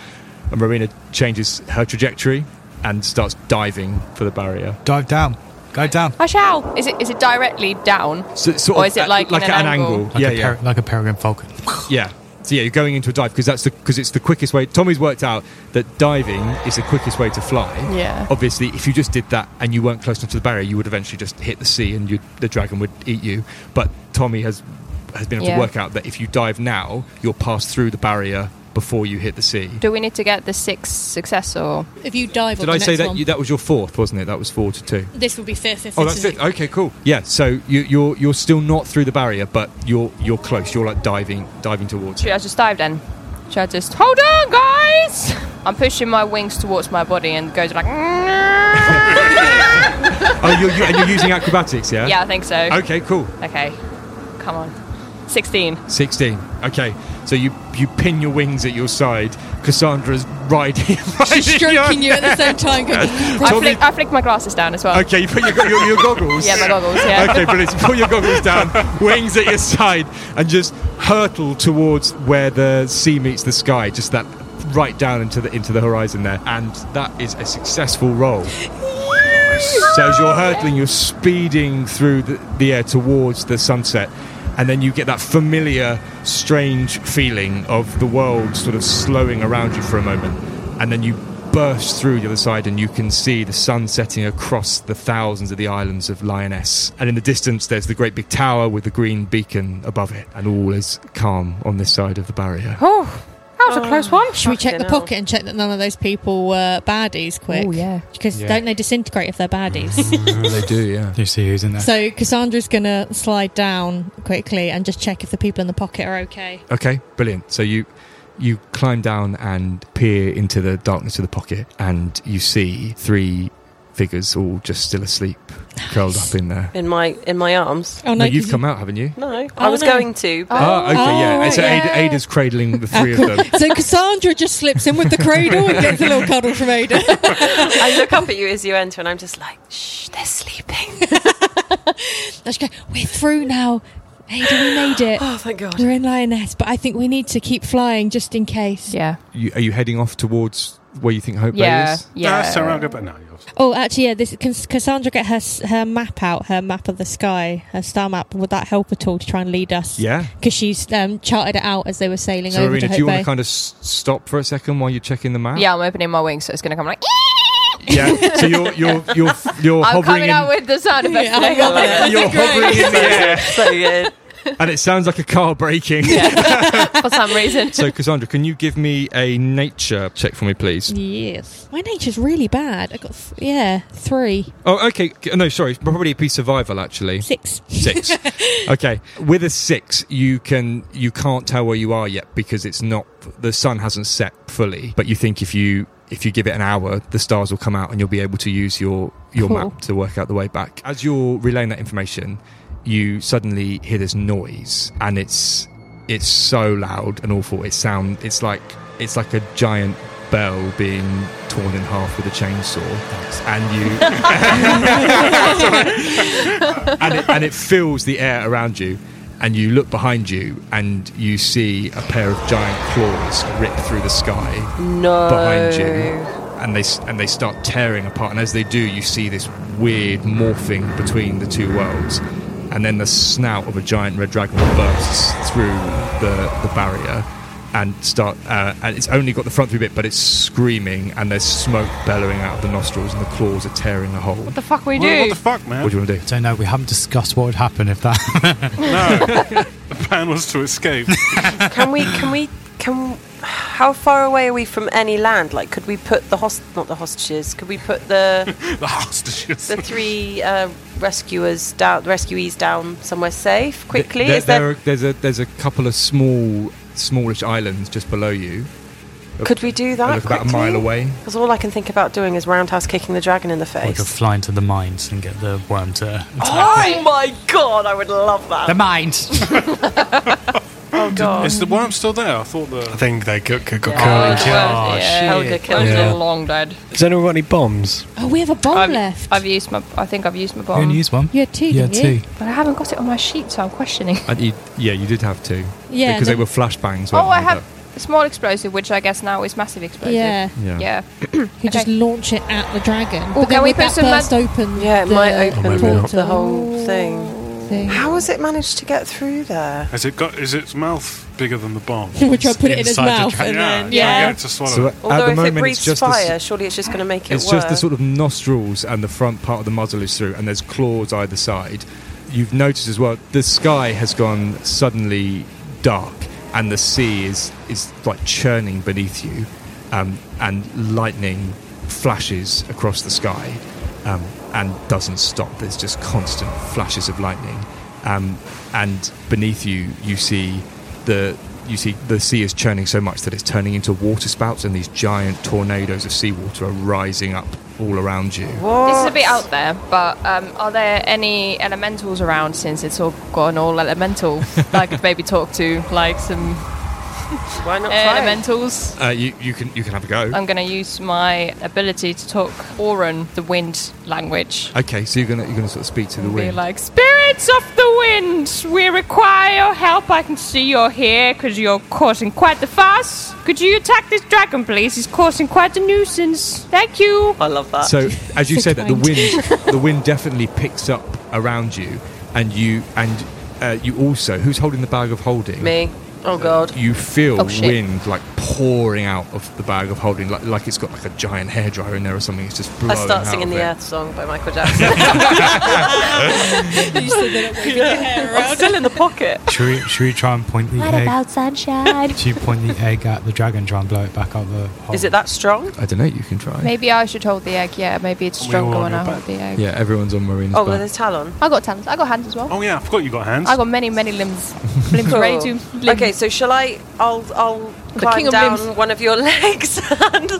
A: and Marina changes her trajectory and starts diving for the barrier.
E: Dive down. Go down.
D: I shall. Is it is it directly down?
A: So, it's sort
D: Or
A: of
D: is it
A: at-
D: like in
A: like
D: an
A: at
D: angle?
E: Like,
A: yeah,
E: a
A: yeah.
E: per- like a peregrine falcon.
A: Yeah. So yeah, you're going into a dive because that's the because it's the quickest way. Tommy's worked out that diving is the quickest way to fly.
D: Yeah.
A: Obviously, if you just did that and you weren't close enough to the barrier, you would eventually just hit the sea and you'd, the dragon would eat you. But Tommy has has been able
D: Yeah.
A: to work out that if you dive now, you'll pass through the barrier before you hit the sea.
D: Do we need to get the six success or?
F: If you dive,
A: Did
F: on
A: I
F: the
A: say
F: next
A: that
F: one,
A: you, that was your fourth, wasn't it? That was four to two.
F: this would be fifth. If
A: Oh,
F: this
A: that's
F: is-
A: it. Okay, cool. Yeah. So you, you're you're still not through the barrier, but you're you're close. You're like diving diving towards.
D: Should
A: it.
D: I just dive then? Should I just hold on, guys? I'm pushing my wings towards my body and goes like. yeah,
A: Oh, you're, you and you're using acrobatics, yeah?
D: I think so.
A: Okay, cool.
D: Okay, come on. 16.
A: 16. Okay, so you, you pin your wings at your side. Cassandra's riding. riding
F: She's stroking you
A: your-
F: at the same time. Going,
D: I
A: Tommy-
D: flick, I flick my glasses down as well.
A: Okay, you put your, go- your, your goggles.
D: Yeah, my goggles, yeah.
A: Okay, brilliant. You put your goggles down, wings at your side, and just hurtle towards where the sea meets the sky. Just that right down into the into the horizon there, and that is a successful roll. So as you're hurtling, you're speeding through the, the air towards the sunset, and then you get that familiar, strange feeling of the world sort of slowing around you for a moment, and then you burst through the other side, and you can see the sun setting across the thousands of the islands of Lioness. And in the distance, there's the great big tower with the green beacon above it, and all is calm on this side of the barrier.
D: Oh, that was a close one.
F: Should we check the
C: Fucking hell.
F: pocket and check that none of those people were baddies? Quick,
D: Oh, yeah.
F: because
E: Yeah.
F: don't they disintegrate if they're baddies?
A: they do, yeah.
E: You see who's in there.
F: so Cassandra's gonna slide down quickly and just check if the people in the pocket are okay.
A: Okay, brilliant. So you you climb down and peer into the darkness of the pocket, and you see three figures all just still asleep, curled up in there.
C: In my in my arms.
F: Oh
A: No,
F: no,
A: you've
F: 'cause
A: come out, haven't you?
C: No, I
F: Oh,
C: was
F: no.
C: going to. But
A: Oh, okay, yeah.
F: Oh,
A: so Ada,
D: yeah.
A: Ada's cradling the three of
F: cool.
A: them.
F: So Cassandra just slips in with the cradle and gets a little cuddle from Ada.
C: I look up at you as you enter, and I'm just like, shh, they're sleeping.
F: And she goes, We're through now. Ada, we made it.
C: Oh, thank God.
F: We're in Lioness, but I think we need to keep flying just in case.
D: Yeah.
A: You, are you heading off towards where you think Hope Bay
D: Yeah.
A: is?
D: Yeah.
H: That's around about now.
F: Oh, actually, yeah. This can Cassandra get her s- her map out, her map of the sky, her star map. Would that help at all to try and lead us?
A: Yeah.
F: because she's um, charted it out as they were sailing
A: So,
F: over
A: Arena,
F: to
A: do
F: Hope
A: you want
F: Bay.
A: to kind of s- stop for a second while you're checking the map?
D: Yeah, I'm opening my wings, so it's going to come like.
A: Yeah. So you're you're you're you're
D: I'm
A: hovering
D: coming
A: in.
D: out with the sound effects.
F: Yeah, I love it.
A: you're hovering in the air.
C: so good.
A: and it sounds like a car braking.
D: for some reason.
A: So, Cassandra, can you give me a nature check for me, please?
F: Yes. My nature's really bad. I got, th- yeah, three,
A: Oh, okay. G- No, sorry. Probably be survival, actually.
F: six.
A: Six. okay. With a six, you can you can't tell where you are yet because it's not the sun hasn't set fully. But you think if you if you give it an hour, the stars will come out and you'll be able to use your your
F: Cool.
A: map to work out the way back. As you're relaying that information, you suddenly hear this noise and it's it's so loud and awful. It sound it's like it's like a giant bell being torn in half with a chainsaw and you and, it, and it fills the air around you. And you look behind you, and you see a pair of giant claws rip through the sky
C: No.
A: behind you, and they s- and they start tearing apart. And as they do, you see this weird morphing between the two worlds, and then the snout of a giant red dragon bursts through the the barrier. And start, uh, and it's only got the front through bit, but it's screaming, and there's smoke bellowing out of the nostrils, and the claws are tearing a hole. What,
D: the fuck we
H: What, what
D: do?
H: the fuck, man?
A: do you want to do?
E: Don't know. We haven't discussed what would happen if that.
H: the plan was to escape.
C: Can we? Can we? Can? How far away are we from any land? Like, could we put the host? Not the hostages. Could we put the
H: the hostages.
C: the three uh, rescuers down? Rescuees down somewhere safe quickly?
A: There,
C: Is there?
A: there are- there's a there's a couple of small smallish islands just below you.
C: could we do
A: They
C: that?
A: look about a mile away.
C: Because all I can think about doing is roundhouse kicking the dragon in the
E: we could
C: face.
E: fly into the mines and get the worm to.
C: Oh my god! I would love that.
E: The mines.
C: Oh god.
H: Is the worm still there? I thought the.
G: I think they got, got, got
E: Oh,
G: killed.
E: gosh.
C: Helga killed
G: Yeah.
C: them.
D: long dead.
G: Does anyone got any bombs?
F: Oh, we have a bomb
D: I've,
F: left.
D: I've used my. I think I've used my
E: You
D: bomb,
E: only use one.
F: you had two,
E: Yeah,
F: didn't you?
E: two.
D: but I haven't got it on my sheet, so I'm questioning.
A: And you, yeah, you did have two
F: Yeah,
A: because they
F: the-
A: were flashbangs.
D: Oh,
A: weren't
D: I
A: they?
D: have a small explosive, which I guess now is massive explosive.
F: Yeah.
A: Yeah.
D: Yeah.
F: You just
D: Okay.
F: launch it at the dragon.
D: Or
F: but
D: can
F: then
D: we
F: would
D: put
F: that
D: some
F: burst open?
C: Yeah, it
F: the
C: might open
A: Oh,
G: Or maybe not.
C: the whole thing.
F: thing.
C: How has it managed to get through there?
H: Has it got? Is its mouth bigger than the bomb?
F: we try to put it in his
E: Inside the
F: mouth
E: dragon.
F: and then
H: try and
F: yeah.
H: get it to swallow.
A: So
H: it.
C: Although
A: at the
C: if
A: moment
C: it
A: it's
C: breathes
A: just the,
C: fire,
A: s-
C: surely it's just going to make it
A: it's
C: worse.
A: just the sort of nostrils and the front part of the muzzle is through, and there's claws either side. You've noticed as well the sky has gone suddenly dark, and the sea is is like churning beneath you, um, and lightning flashes across the sky, um, and doesn't stop. There's just constant flashes of lightning, um, and beneath you you see the you see the sea is churning so much that it's turning into water spouts and these giant tornadoes of seawater are rising up all around you.
D: This is a bit out there, but um, are there any elementals around since it's all gone all elemental? I could maybe talk to like some
C: Why not try?
D: elementals.
A: Uh, you, you can you can have a go.
D: I'm going to use my ability to talk Auron, the wind language.
A: okay, so you're gonna you're gonna sort of speak to the
D: Be
A: wind.
D: like, spirits of the wind, we require your help. I can see you're here because you're causing quite the fuss. Could you attack this dragon, please? He's causing quite a nuisance. Thank you.
C: I love that.
A: so as you
F: So
A: say that the
F: kind.
A: wind the wind definitely picks up around you and you and uh, you also who's holding the bag of holding?
C: Me. Oh god.
A: You feel
D: Oh, shit.
A: wind like pouring out of the bag of holding, like, like it's got like a giant hairdryer in there or something. It's just blowing
C: I start
A: out
C: singing
A: of
C: the
A: it.
C: Earth song by Michael Jackson.
F: You said that it would be hair around.
D: I'm still in the pocket.
E: Should we, should we try and point the egg?
B: sunshine?
E: Should you point the egg at the dragon, try and blow it back out the hole?
C: is it that strong?
A: I don't know. You can try.
D: Maybe I should hold the egg. Yeah, maybe it's
H: We all
D: stronger
H: on
D: when
H: your
D: I
H: back.
D: hold the egg.
A: Yeah, everyone's on Marina's
C: Oh,
A: back.
C: with a talon.
D: I got hands. I got hands as well.
H: Oh yeah, I forgot you got hands.
D: I got many, many limbs. Limbs
C: Cool.
D: ready to. Limb.
C: Okay, so shall I? I'll I'll
D: king
C: climb
D: of
C: down
D: limbs.
C: one of your legs and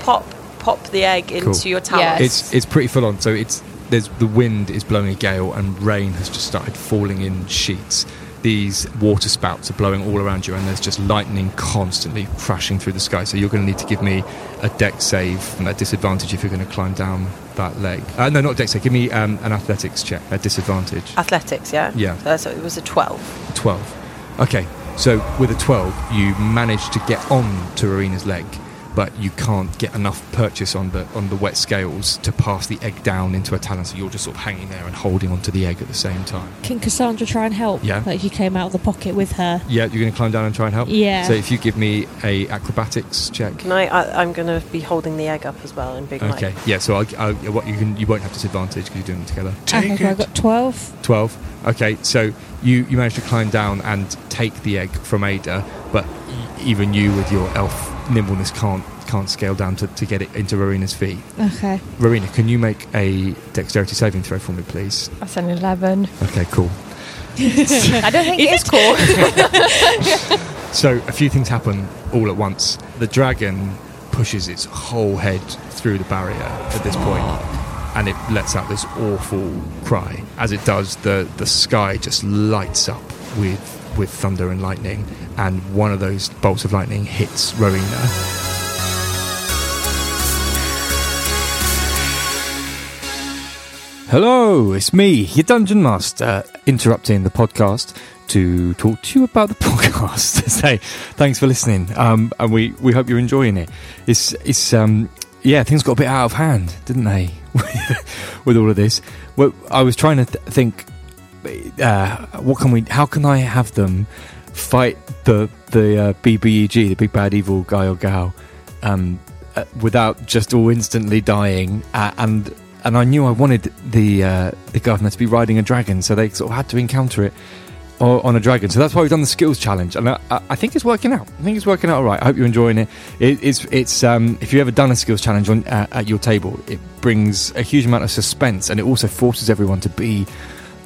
C: pop pop the egg into
A: Cool.
C: your talon.
D: Yes.
A: It's it's pretty full on. So it's there's the wind is blowing a gale and rain has just started falling in sheets. These water spouts are blowing all around you, and there's just lightning constantly crashing through the sky. So you're going to need to give me a deck save and a disadvantage if you're going to climb down that leg. Uh, no, not deck save. Give me um, an athletics check. A disadvantage.
C: Athletics, yeah.
A: Yeah.
C: So, that's- it was a twelve.
A: 12. Okay, so with a 12, you manage to get on to Arena's leg, but you can't get enough purchase on the on the wet scales to pass the egg down into a talon. So you're just sort of hanging there and holding onto the egg at the same time.
F: Can Cassandra try and help?
A: Yeah.
F: Like she came out of the pocket with her.
A: Yeah, you're going to climb down and try and help.
F: Yeah.
A: So if you give me a acrobatics check.
C: Can I, I I'm going to be holding the egg up as well and being
A: Okay.
C: like,
A: Yeah. So I'll, I'll, what you can you won't have disadvantage because you're doing them together.
F: Okay, so I got 12.
A: 12 okay so you you managed to climb down and take the egg from ada but e- even you with your elf nimbleness can't can't scale down to, to get it into Rowena's feet.
F: Okay.
A: Rowena, can you make a dexterity saving throw for me, please?
D: That's an 11.
A: Okay, cool.
D: I don't think it is cool.
A: So a few things happen all at once. The dragon pushes its whole head through the barrier at this point, and it lets out this awful cry. As it does, the the sky just lights up with with thunder and lightning, and one of those bolts of lightning hits Rowena. Hello, it's me, your dungeon master, interrupting the podcast to talk to you about the podcast. to Say thanks for listening, um, and we, we hope you're enjoying it. It's it's um, yeah, things got a bit out of hand, didn't they? With all of this, well, I was trying to th- think, uh, what can we? How can I have them fight the the uh, BBEG, the big bad evil guy or gal, um, uh, without just all instantly dying uh, and and I knew I wanted the uh, the governor to be riding a dragon, so they sort of had to encounter it o- on a dragon. So that's why we've done the skills challenge, and I, I I think it's working out. I think it's working out all right. I hope you're enjoying it. it it's it's um, if you've ever done a skills challenge on uh, at your table, it brings a huge amount of suspense, and it also forces everyone to be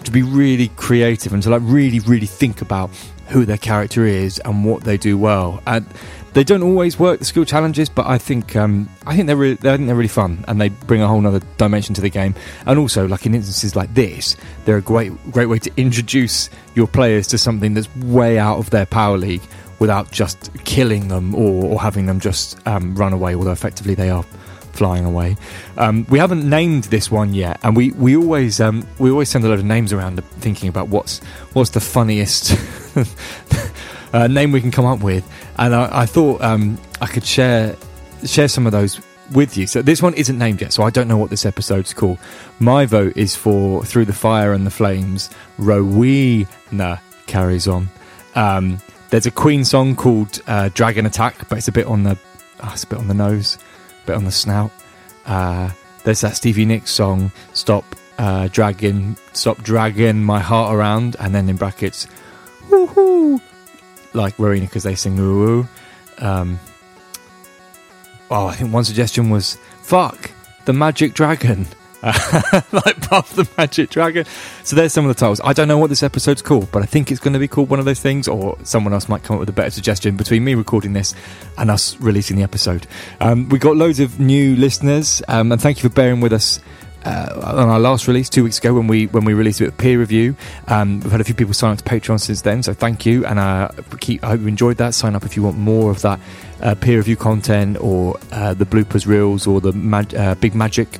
A: to be really creative and to like really really think about who their character is and what they do well. And they don't always work the skill challenges, but I think um, I think they're re- I think they're really fun and they bring a whole other dimension to the game. And also, like in instances like this, they're a great great way to introduce your players to something that's way out of their power league without just killing them or, or having them just um, run away. Although effectively they are flying away. Um, we haven't named this one yet, and we we always um, we always send a load of names around, thinking about what's what's the funniest uh, name we can come up with. And I, I thought um, I could share share some of those with you. So this one isn't named yet, so I don't know what this episode's called. My vote is for Through the Fire and the Flames. Rowena carries on. Um, there's a Queen song called uh, Dragon Attack, but it's a bit on the ah, it's a bit on the nose, a bit on the snout. Uh, there's that Stevie Nicks song, Stop uh, Dragging, Stop Dragging My Heart Around, and then in brackets, woohoo, like Rowena because they sing woo woo. Um, oh, I think one suggestion was, fuck, the magic dragon. like Puff the Magic Dragon. So there's some of the titles. I don't know what this episode's called, but I think it's going to be called one of those things, or someone else might come up with a better suggestion between me recording this and us releasing the episode. Um, we got loads of new listeners, um, and thank you for bearing with us. Uh, on our last release two weeks ago, when we when we released it with peer review, um, we've had a few people sign up to Patreon since then. So thank you, and uh, keep, I hope you enjoyed that. Sign up if you want more of that uh, peer review content, or uh, the bloopers reels, or the mag- uh, big magic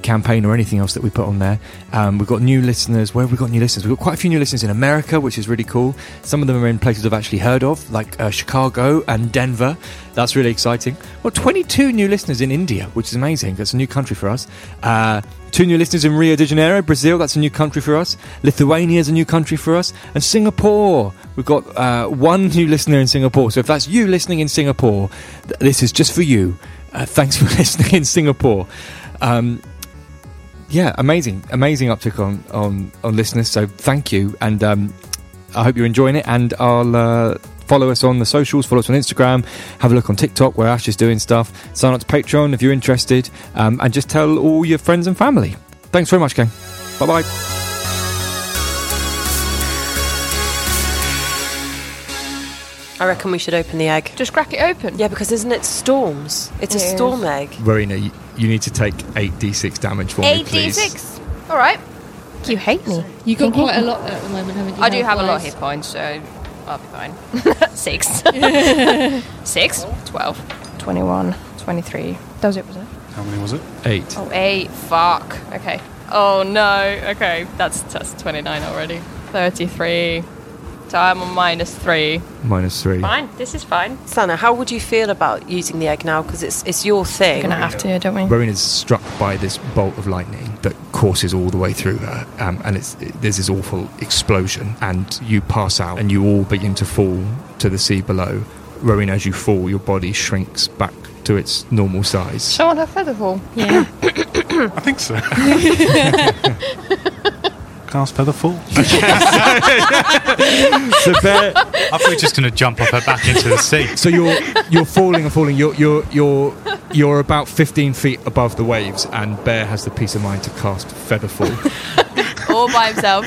A: campaign or anything else that we put on there. Um, we've got new listeners. Where have we got new listeners? We've got quite a few new listeners in America, which is really cool. Some of them are in places I've actually heard of, like uh, Chicago and Denver. That's really exciting. Well, 22 new listeners in India, which is amazing. That's a new country for us. Uh, two new listeners in Rio de Janeiro, Brazil. That's a new country for us. Lithuania is a new country for us. And Singapore. We've got uh, one new listener in Singapore. So if that's you listening in Singapore, th- this is just for you. Uh, thanks for listening in Singapore. Um, yeah, amazing, amazing uptick on on on listeners. So thank you, and um, I hope you're enjoying it. And I'll uh, follow us on the socials, follow us on Instagram, have a look on TikTok where Ash is doing stuff. Sign up to Patreon if you're interested, um, and just tell all your friends and family. Thanks very much, gang. Bye bye.
C: I reckon we should open the egg.
D: Just crack it open.
C: Yeah, because isn't it storms? It's a
D: Yes.
C: storm egg.
A: Rowena, you, you need to take eight d6 damage for me, please.
D: All right. You hate me.
F: You got quite a lot at the moment, haven't you?
D: I do have a lot of
F: health-wise?
D: hit points, so I'll be fine. Six. Six. Twelve. Twenty-one. Twenty-three. That was it, was it?
H: How many was it?
A: Eight.
D: Oh, eight. Fuck. Okay. Oh, no. Okay. That's, that's 29 already. 33. so I'm on minus three.
A: Minus three.
D: Fine, this is fine.
C: Sana, how would you feel about using the egg now? Because it's it's your thing.
D: We're gonna have to, don't we?
A: Rowan is struck by this bolt of lightning that courses all the way through her, um, and it's, it- there's this awful explosion. And you pass out, and you all begin to fall to the sea below. Rowan, as you fall, your body shrinks back to its normal size.
D: Show on her featherfall.
F: Yeah.
H: I think so. Cast Featherfall.
A: So, bear,
E: I thought we were just going to jump off her back into the sea.
A: so you're you're falling and falling. You're you're you're you're about 15 feet above the waves, and Bear has the peace of mind to cast Featherfall.
D: All by himself.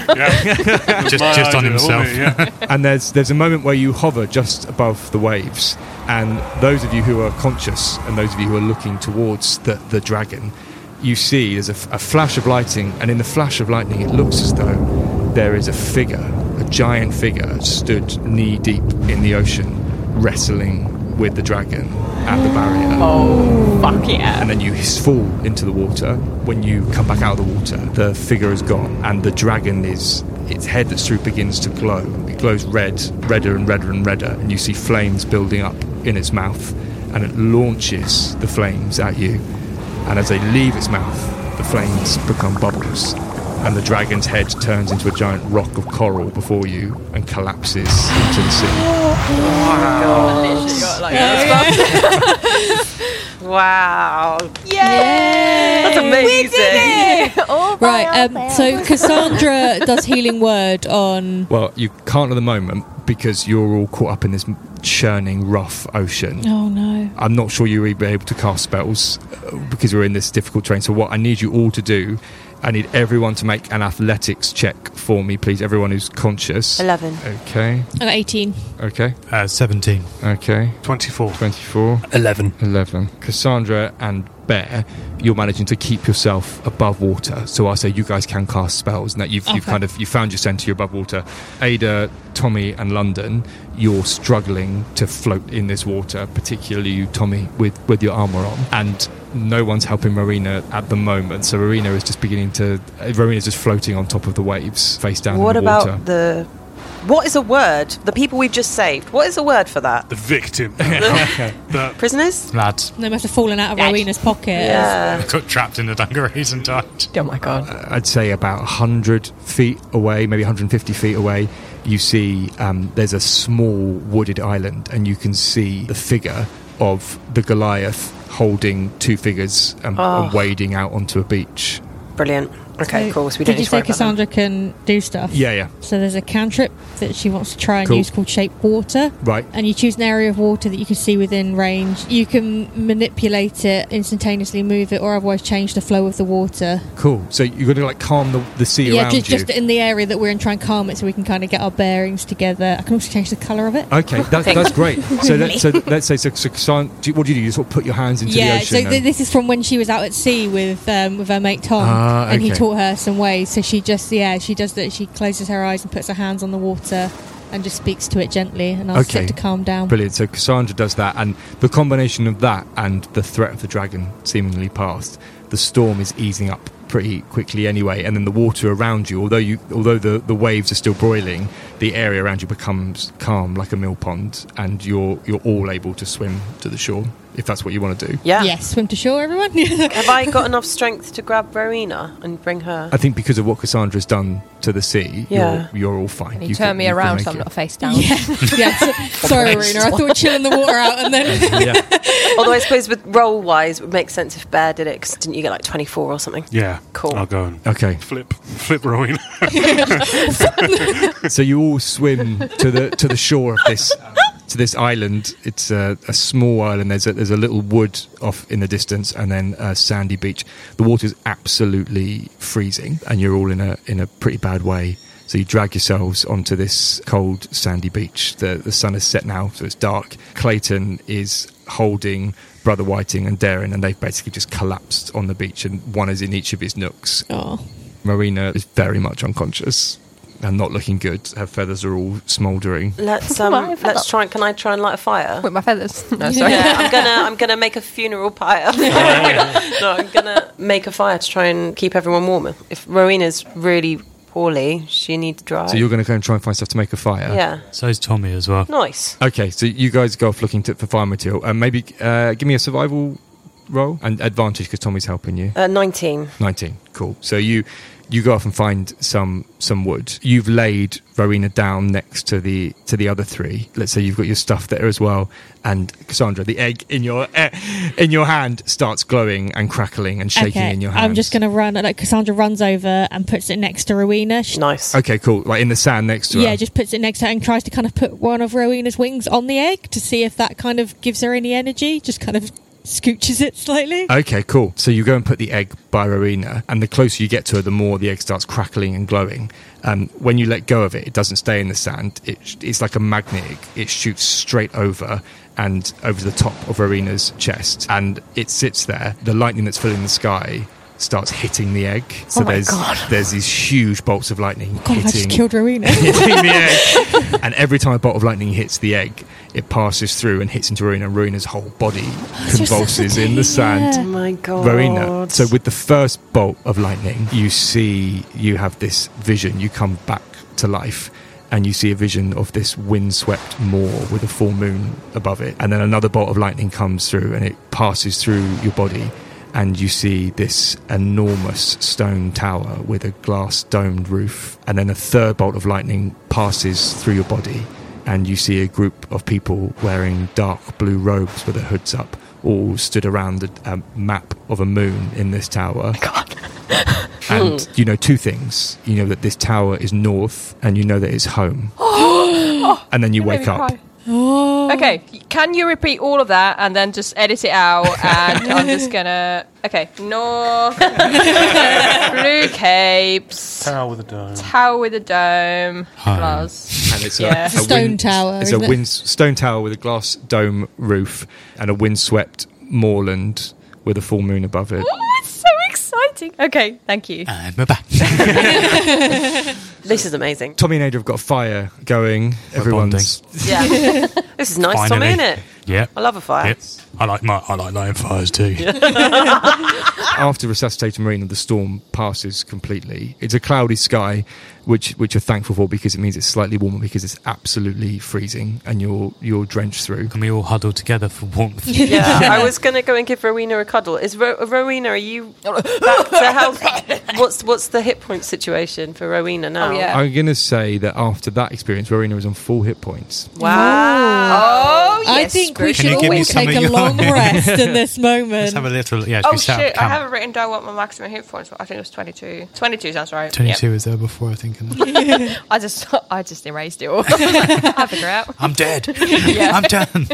E: Just, just on himself.
H: Yeah.
A: and there's there's a moment where you hover just above the waves and those of you who are conscious and those of you who are looking towards the, the dragon you see there's a, f- a flash of lighting and in the flash of lightning it looks as though there is a figure a giant figure stood knee deep in the ocean wrestling with the dragon at the barrier
D: Fuck yeah.
A: and then you hiss- fall into the water. When you come back out of the water, the figure is gone, and the dragon is its head that's through begins to glow. It glows red, redder and redder and redder, and you see flames building up in its mouth, and it launches the flames at you. And as they leave its mouth, the flames become bubbles, and the dragon's head turns into a giant rock of coral before you and collapses into the sea.
C: Wow.
F: Yay!
C: That's amazing.
F: Right. Um, so Cassandra does healing word on.
A: Well, you can't at the moment because you're all caught up in this churning, rough ocean.
F: Oh no.
A: I'm not sure you will be able to cast spells uh, because we're in this difficult terrain. So, what I need you all to do, I need everyone to make an athletics check for me, please. Everyone who's conscious.
C: 11.
A: Okay,
F: I got 18.
A: okay,
E: Uh, 17.
A: okay.
H: 24.
A: 24,
G: 11.
A: 11. Cassandra and Bear, you're managing to keep yourself above water. So I say you guys can cast spells, and that you've, you've
F: Okay.
A: kind of you found your centre, you're above water. Ada, Tommy, and London, you're struggling to float in this water, particularly you, Tommy, with with your armour on, and no one's helping Marina at the moment. So Marina is just beginning to uh, Marina's just floating on top of the waves, face down
C: What
A: in the water.
C: about the. What is a word? The people we've just saved. What is a word for that?
H: The victim. That-
C: Prisoners?
E: Lads.
F: They must have fallen out of
C: Yeah.
F: Rowena's pocket.
C: Yeah.
E: Got trapped in the dungarees and died.
D: Oh my god.
A: I'd say about 100 feet away, maybe 150 feet away, you see um, there's a small wooded island, and you can see the figure of the Goliath holding two figures and, and wading out onto a beach.
C: Brilliant. Okay,
F: So
C: cool. So we don't need
F: Did you
C: to worry
F: say
C: about them.
F: Cassandra can do stuff?
A: Yeah, yeah,
F: So there's a cantrip that she wants to try and
A: Cool.
F: use called Shape Water.
A: right.
F: And you choose an area of water that you can see within range. You can manipulate it, instantaneously move it, or otherwise change the flow of the water.
A: Cool. So you're going to like calm the, the sea
F: yeah,
A: around
F: just,
A: you.
F: just in the area that we're in, try and calm it so we can kind of get our bearings together. I can also change the colour of it.
A: Okay, that,
C: Thank
A: that's great. So, let, so let's say, so, so Cassan- do you- what do you do? You sort of put your hands into the
F: yeah,
A: ocean.
F: so
A: and-
F: th- this is from when she was out at sea with um, with her mate Tom,
A: Ah,
F: and he
A: okay.
F: taught her some ways. So she just yeah, she does that. She closes her eyes and puts her hands on the water, and just speaks to it gently and asks
A: Okay.
F: it to calm down.
A: Brilliant. So Cassandra does that, and the combination of that and the threat of the dragon seemingly past, the storm is easing up pretty quickly anyway. And then the water around you, although you, although the, the waves are still broiling, the area around you becomes calm like a mill pond, and you're you're all able to swim to the shore if that's what you want to do.
C: Yeah.
F: Yes, swim to shore, everyone.
C: Have I got enough strength to grab Rowena and bring her?
A: I think because of what Cassandra's done to the sea,
C: Yeah.
A: you're, you're all fine.
D: And you,
A: You
D: turn
A: can-
D: me
A: you can
D: around
A: make
D: so I'm
A: it.
D: not face down.
F: yeah, yeah. so- sorry, Rena. I thought chilling the water out and then
A: yeah.
C: Although I suppose with role wise, it would make sense if Bear did it because didn't you get like 24 or something?
H: yeah.
C: Cool.
H: I'll go and
A: Okay.
H: flip, flip Rowena.
A: so you all swim to the to the shore of this to this island. It's a, a small island. There's a, there's a little wood off in the distance, and then a sandy beach. The water's absolutely freezing, and you're all in a in a pretty bad way. So you drag yourselves onto this cold sandy beach. The the sun has set now, so it's dark. Clayton is holding Brother Whiting and Darren, and they've basically just collapsed on the beach, and one is in each of his nooks.
F: oh,
A: Marina is very much unconscious and not looking good. Her feathers are all smouldering.
C: Let's um,
D: Right, fair
C: let's try. and Can I try and light a fire?
D: With my feathers. No, sorry.
C: Yeah, I'm gonna I'm gonna make a funeral pyre. no, I'm gonna make a fire to try and keep everyone warmer. If Rowena's really poorly, she needs to drive.
A: So you're going to go and try and find stuff to make a fire.
C: yeah,
E: So is Tommy as well.
C: nice.
A: Okay, so you guys go off looking to, for fire material, and maybe uh, give me a survival roll and advantage because Tommy's helping you.
C: Uh, Nineteen.
A: Nineteen, cool. So you you go off and find some some wood. You've laid Rowena down next to the to the other three. Let's say you've got your stuff there as well, and Cassandra, the egg in your eh, in your hand starts glowing and crackling and shaking
F: okay,
A: in your hand.
F: I'm just going to run. Like Cassandra runs over and puts it next to Rowena. She,
C: Nice.
A: Okay, cool. Like in the sand next to her.
F: yeah, just puts it next to her and tries to kind of put one of Rowena's wings on the egg to see if that kind of gives her any energy. Just kind of scooches it slightly.
A: Okay, cool. So you go and put the egg by Rowena, and the closer you get to her, the more the egg starts crackling and glowing. Um, when you let go of it, it doesn't stay in the sand. It, sh- it's like a magnet. It- It shoots straight over and over the top of Rowena's chest, and it sits there. The lightning that's filling the sky starts hitting the egg. So
C: Oh my
A: there's
C: God.
A: there's these huge bolts of lightning
F: God, if I just
A: hitting
F: killed Rowena.
A: hitting the egg. and every time a bolt of lightning hits the egg, it passes through and hits into Rowena, and Rowena's whole body
F: so
A: convulses in the
F: suffocating,
A: sand.
F: yeah.
C: Oh my god.
A: Rowena. So with the first bolt of lightning, you see you have this vision. You come back to life. And you see a vision of this windswept moor with a full moon above it. And then another bolt of lightning comes through and it passes through your body. And you see this enormous stone tower with a glass domed roof. And then a third bolt of lightning passes through your body. And you see a group of people wearing dark blue robes with their hoods up all stood around a, a map of a moon in this tower. And you know two things. You know that this tower is north, and you know that it's home. and then you
D: That made
A: wake
D: me
A: up.
D: cry. Okay, can you repeat all of that and then just edit it out? And I'm just gonna. Okay, North, Blue Capes,
H: Tower with a dome.
D: Tower with a Dome,
E: Home.
D: plus.
A: And it's
D: Yeah.
F: It's a stone tower,
A: It's
F: isn't
A: a
F: it?
A: wind, stone tower with a glass dome roof and a windswept moorland with a full moon above it.
D: Oh, it's so exciting. Okay, thank you.
E: And Uh, we're back.
C: this is amazing.
A: Tommy and Ada have got a fire going. Everyone's
C: Yeah. this is nice, Tommy,
E: Finally.
C: isn't it?
E: yep.
C: I love a fire.
E: Yep. I like my I like lighting fires too.
A: after resuscitated marina the storm passes completely it's a cloudy sky which which you're thankful for because it means it's slightly warmer because it's absolutely freezing and you're you're drenched through
E: Can we all huddle together for warmth?
C: Yeah, I was gonna go and give Rowena a cuddle. Is Ro- Rowena? Are you back to health? What's what's the hit point situation for Rowena now?
D: Oh, yeah.
A: i'm gonna say that after that experience marina was on full hit points
C: Wow.
D: Oh, yes.
F: I think we
D: Bruce.
E: you
F: should
E: give me
F: all
E: some
F: take
E: of
F: a
E: your-
F: long rest in this moment.
E: Let's have a little. Yeah, should
D: Oh,
E: we set up
D: shit. I
E: camp?
D: haven't written down what my maximum hit points were. I think it was 22. 22 sounds right.
E: Twenty-two was there before, I think. isn't it?
D: Yeah. I just I just erased it all. I figure it out.
E: I'm dead.
D: Yeah.
E: I'm done.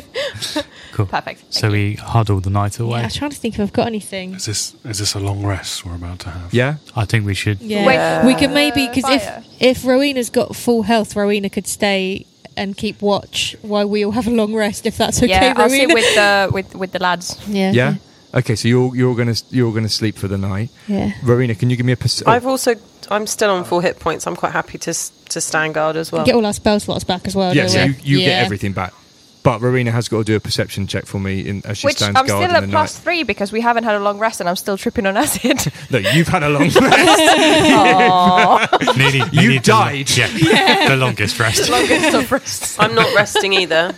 E: Cool.
D: Perfect. Thank
E: So we huddle the night away.
F: Yeah, I'm trying to think if I've got anything.
H: Is this is this a long rest we're about to have?
A: yeah
E: I think we should.
F: Yeah,
D: Wait,
F: we could maybe because
D: Uh, fire.
F: if if Rowena's got full health, Rowena could stay and keep watch while we all have a long rest. If that's okay,
D: yeah, I'll sit
F: Rowena.
D: with the with with the lads.
F: yeah,
A: yeah okay so you're you're gonna you're gonna sleep for the night
F: yeah.
A: Rowena, can you give me a perce- oh,
C: I've also I'm still on full hit points. I'm quite happy to s- to stand guard as well.
F: Get all our spell slots back as well.
A: yeah,
F: don't
A: so
F: we?
A: you, you
F: Yeah.
A: get everything back but Rowena has got to do a perception check for me in, as she
D: Which
A: stands
D: I'm
A: guard
D: still
A: in the
D: at plus
A: night.
D: three because we haven't had a long rest and I'm still tripping on acid.
A: No, you've had a long rest.
E: Nearly, nearly the-
A: died.
E: yeah, the longest rest.
C: I'm not resting either.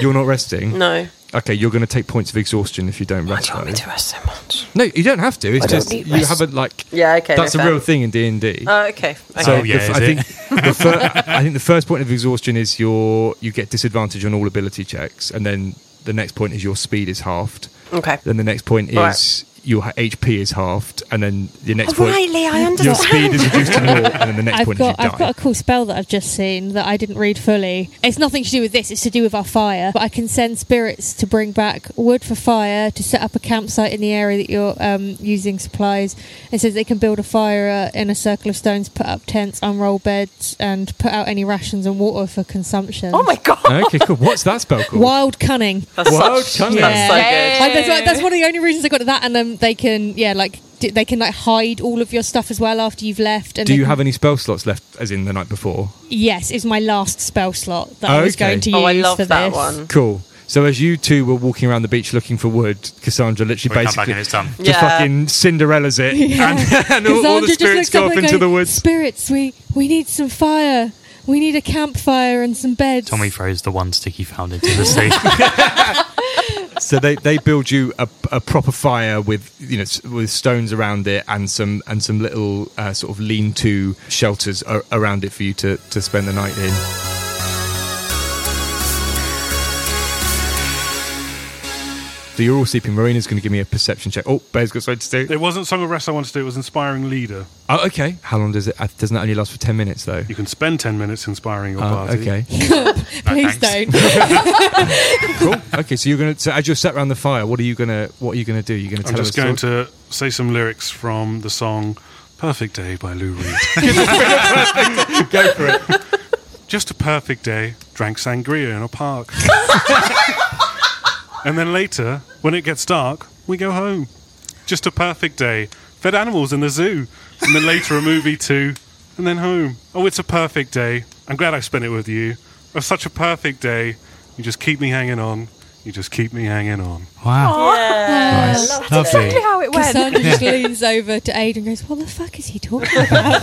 A: You're not resting.
C: No.
A: Okay, you're going to take points of exhaustion if you don't
C: Why
A: rest.
C: do you want me
A: though.
C: to rest so much?
A: No, you don't have to. It's
C: don't
A: just
C: need
A: you
C: rest.
A: haven't like.
C: Yeah. Okay.
A: That's
C: no,
A: a
C: fair.
A: real thing in D and D.
C: Oh, okay. okay.
E: So- Oh, yeah,
A: the f-
E: is
A: I
E: it?
A: think the fir- I think the first point of exhaustion is your you get disadvantage on all ability checks, and then the next point is your speed is halved.
C: okay.
A: Then the next point is
C: All
A: your h- HP is halved, and then the next
C: Oh,
A: point
C: right, Lee, I
A: your
C: understand.
A: speed is reduced to naught, and then the next
F: I've
A: point
F: got
A: is you
F: I've
A: die.
F: got a cool spell that I've just seen that I didn't read fully. It's nothing to do with this. It's to do with our fire. But I can send spirits to bring back wood for fire to set up a campsite in the area that you're um, using supplies. It says they can build a fire uh, in a circle of stones, put up tents, unroll beds, and put out any rations and water for consumption.
C: Oh my god.
A: okay, cool. What's that spell called?
F: Wild cunning.
C: That's
A: Wild
C: such,
A: cunning.
C: That's so
D: Yeah.
C: good.
F: Like, that's, that's one of the only reasons I got to that. And um, they can yeah like d- they can like hide all of your stuff as well after you've left. And
A: Do
F: they
A: you
F: can-
A: have any spell slots left, as in the night before?
F: Yes, is my last spell slot that I was
A: Okay.
F: going to use
C: Oh, I love
F: for
C: that
F: this.
C: one.
A: Cool. So as you two were walking around the beach looking for wood, Cassandra literally
I: We come back
A: basically
I: and it's done.
A: just
C: Yeah.
A: fucking Cinderella's it, and, and all, all
F: Cassandra
A: the
F: just
A: spirits
F: looks up
A: go off
F: and
A: into
F: goes,
A: the woods.
F: Spirits, we we need some fire. We need a campfire and some beds.
I: Tommy throws the one stick he found into the sea.
A: So they, they build you a, a proper fire with you know s- with stones around it and some and some little uh, sort of lean to shelters a- around it for you to, to spend the night in. So you're all sleeping. Marina's going to give me a perception check. Oh, Bear's got something to do.
H: It wasn't Song of Rest I wanted to do, it was Inspiring Leader.
A: Oh, okay. How long does it? uh, Doesn't that only last for ten minutes though?
H: You can spend 10 minutes inspiring your
A: Oh,
H: party.
A: okay.
F: Please
I: thanks.
F: don't.
A: cool. Okay. So you're gonna. So as you're sat around the fire, what are you gonna? What are you gonna do? You're gonna
H: I'm
A: tell
H: just
A: us.
H: going to say some lyrics from the song Perfect Day by Lou Reed.
A: go for it.
H: just a perfect day, drank sangria in a park. and then later, when it gets dark, we go home. Just a perfect day, fed animals in the zoo. And then later, a movie too. And then home. Oh, it's a perfect day. I'm glad I spent it with you. Oh, such a perfect day. You just keep me hanging on. You just keep me hanging on.
E: Wow.
C: Uh,
E: Nice. Lovely.
D: Exactly how it went.
F: Cassandra just leans over to Aid and goes, What the fuck is he talking about?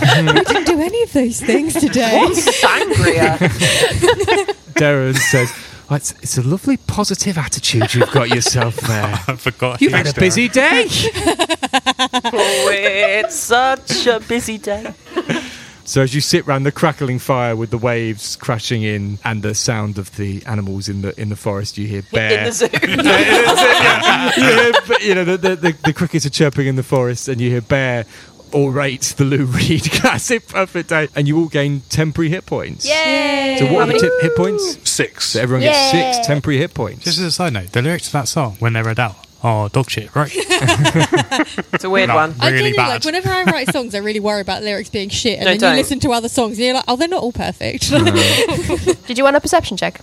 F: we didn't do any of those things today.
C: Sangria.
A: Darren says, "Oh, it's, it's a lovely positive attitude you've got yourself there.
I: I forgot.
A: You've had a busy day.
C: oh, it's such a busy day.
A: so as you sit round the crackling fire with the waves crashing in and the sound of the animals in the in the forest, you hear bear.
C: In the zoo.
A: you hear, you know, the, the, the, the crickets are chirping in the forest, and you hear bear orate the Lou Reed classic perfect day, and you all gain temporary hit points.
D: Yay!
A: So what are the tip hit points?
H: Six.
A: So everyone gets six temporary hit points.
E: Just as a side note, the lyrics to that song, when they're read out, are dog shit, right?
C: It's a weird
I: No.
C: one.
F: I
I: Really
F: genuinely,
I: bad.
F: like, whenever I write songs, I really worry about lyrics being shit. And
C: No,
F: then
C: don't.
F: you listen to other songs and you're like, Oh, they're not all perfect.
D: Did you want a perception check?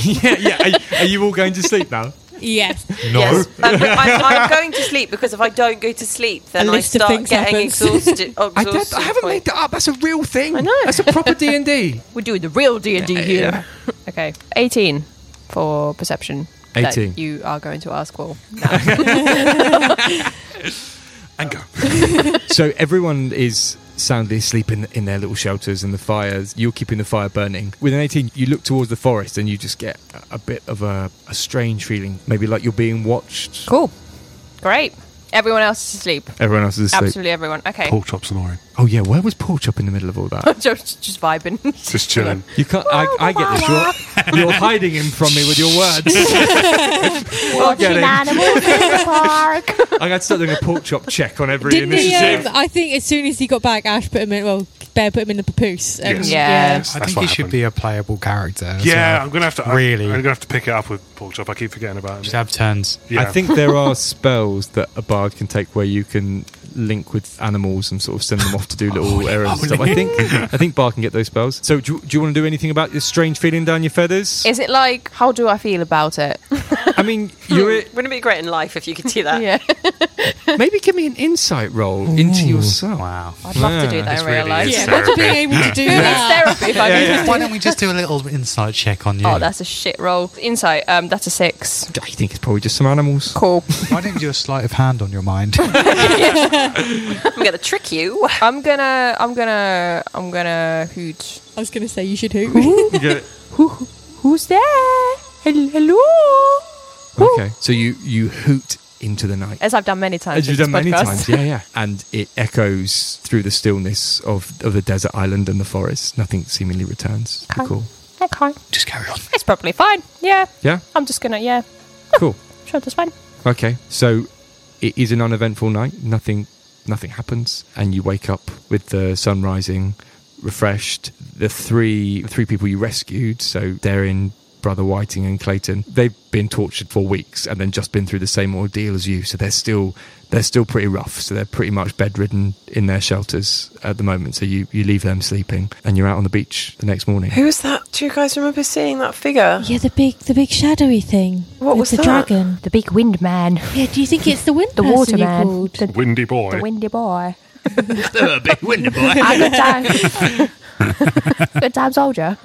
A: yeah, yeah. Are, are you all going to sleep now?
F: yes.
I: No.
C: Yes. Um, I'm, I'm going to sleep because if I don't go to sleep, then
F: A
C: I
F: list of
C: start getting
F: things happens.
C: exhausted. oh, exhausted
A: I, did, I haven't
C: by-
A: made that up. That's a real thing. I
C: know.
A: That's
C: That's
A: a proper D and D.
C: We're doing the real D and D here.
D: Okay, 18 for perception. that
A: 18.
D: you are going to ask for.
A: So everyone is soundly asleep in, in their little shelters and the fires. You're keeping the fire burning. With an 18, you look towards the forest and you just get a, a bit of a, a strange feeling. Maybe like you're being watched.
D: Cool. Great. Everyone else is asleep.
A: Everyone else is asleep.
D: Absolutely everyone. Okay.
H: Pork chop snoring.
A: Oh yeah, where was Porchop in the middle of all that?
D: just, just vibing.
H: Just chilling.
A: You can't. I, I get this. You're, you're hiding him from me with your words. I get it.
B: animals in the park.
A: I got to start doing a pork chop check on every
F: Didn't he,
A: initiative.
F: um, I think as soon as he got back, Ash put him in, well, Bear put him in the papoose. um, and-
H: Yes.
D: Yeah.
E: I
H: That's
E: think
H: what
E: he should
H: happened.
E: be a playable character. as
H: Yeah,
E: well.
H: I'm gonna have to
E: Really?
H: I'm gonna have to pick it up with pork chop. I keep forgetting about
E: Just
H: him.
E: have turns.
H: Yeah.
A: I think there are spells that a bard can take where you can link with animals and sort of send them off to do little errands and stuff. I think I think bard can get those spells. Oh, So do, you- do you want to do anything about this strange feeling down your feathers?
D: Is it like, how do I feel about it?
A: I mean, you're
C: Wouldn't it be great in life if you could do that?
D: yeah.
A: maybe give me an insight roll into yourself.
E: Wow.
D: I'd love to
A: Yeah,
D: do that
A: it's
D: in real
I: really
D: life.
I: is.
F: Yeah, imagine being able to do
D: Who needs
F: that.
D: therapy if I'm interested?
E: Why don't we just do a little insight check on you?
D: Oh, that's a shit roll. Insight, um, that's a six.
A: I think it's probably just some animals.
D: Cool.
E: Why don't you do a sleight of hand on your mind?
C: I'm going to trick you.
D: I'm gonna, I'm gonna, I'm gonna hoot.
F: I was going to say, you should hoot.
D: Who's there? Hel- Hello.
A: Okay, so you you hoot into the night.
D: As I've done many times.
A: As you've
D: in
A: done
D: this
A: many
D: podcast.
A: times, yeah, yeah. And it echoes through the stillness of, of the desert island and the forest. Nothing seemingly returns.
D: Okay.
A: Cool.
D: Okay.
E: just carry on.
D: It's probably fine. Yeah.
A: Yeah?
D: I'm just gonna, yeah.
A: Cool.
D: Sure, that's fine.
A: Okay, so it is an uneventful night. Nothing, nothing happens, and you wake up with the sun rising, refreshed. The three three people you rescued, so Darren, Brother Whiting, and Clayton, they've been tortured for weeks and then just been through the same ordeal as you. So they're still they're still pretty rough. So they're pretty much bedridden in their shelters at the moment. So you you leave them sleeping, and you're out on the beach the next morning.
C: Who was that? Do you guys remember seeing that figure?
F: yeah, the big, the big shadowy thing.
C: What
F: with
C: was
F: the
C: that?
F: dragon?
B: The big wind man.
F: Yeah, do you think it's the wind
B: The
F: person
B: water
F: you
B: man.
F: called?
B: The,
H: Windy boy.
B: the windy boy.
A: big window boy.
B: I got time.
D: Ah, Good damn soldier.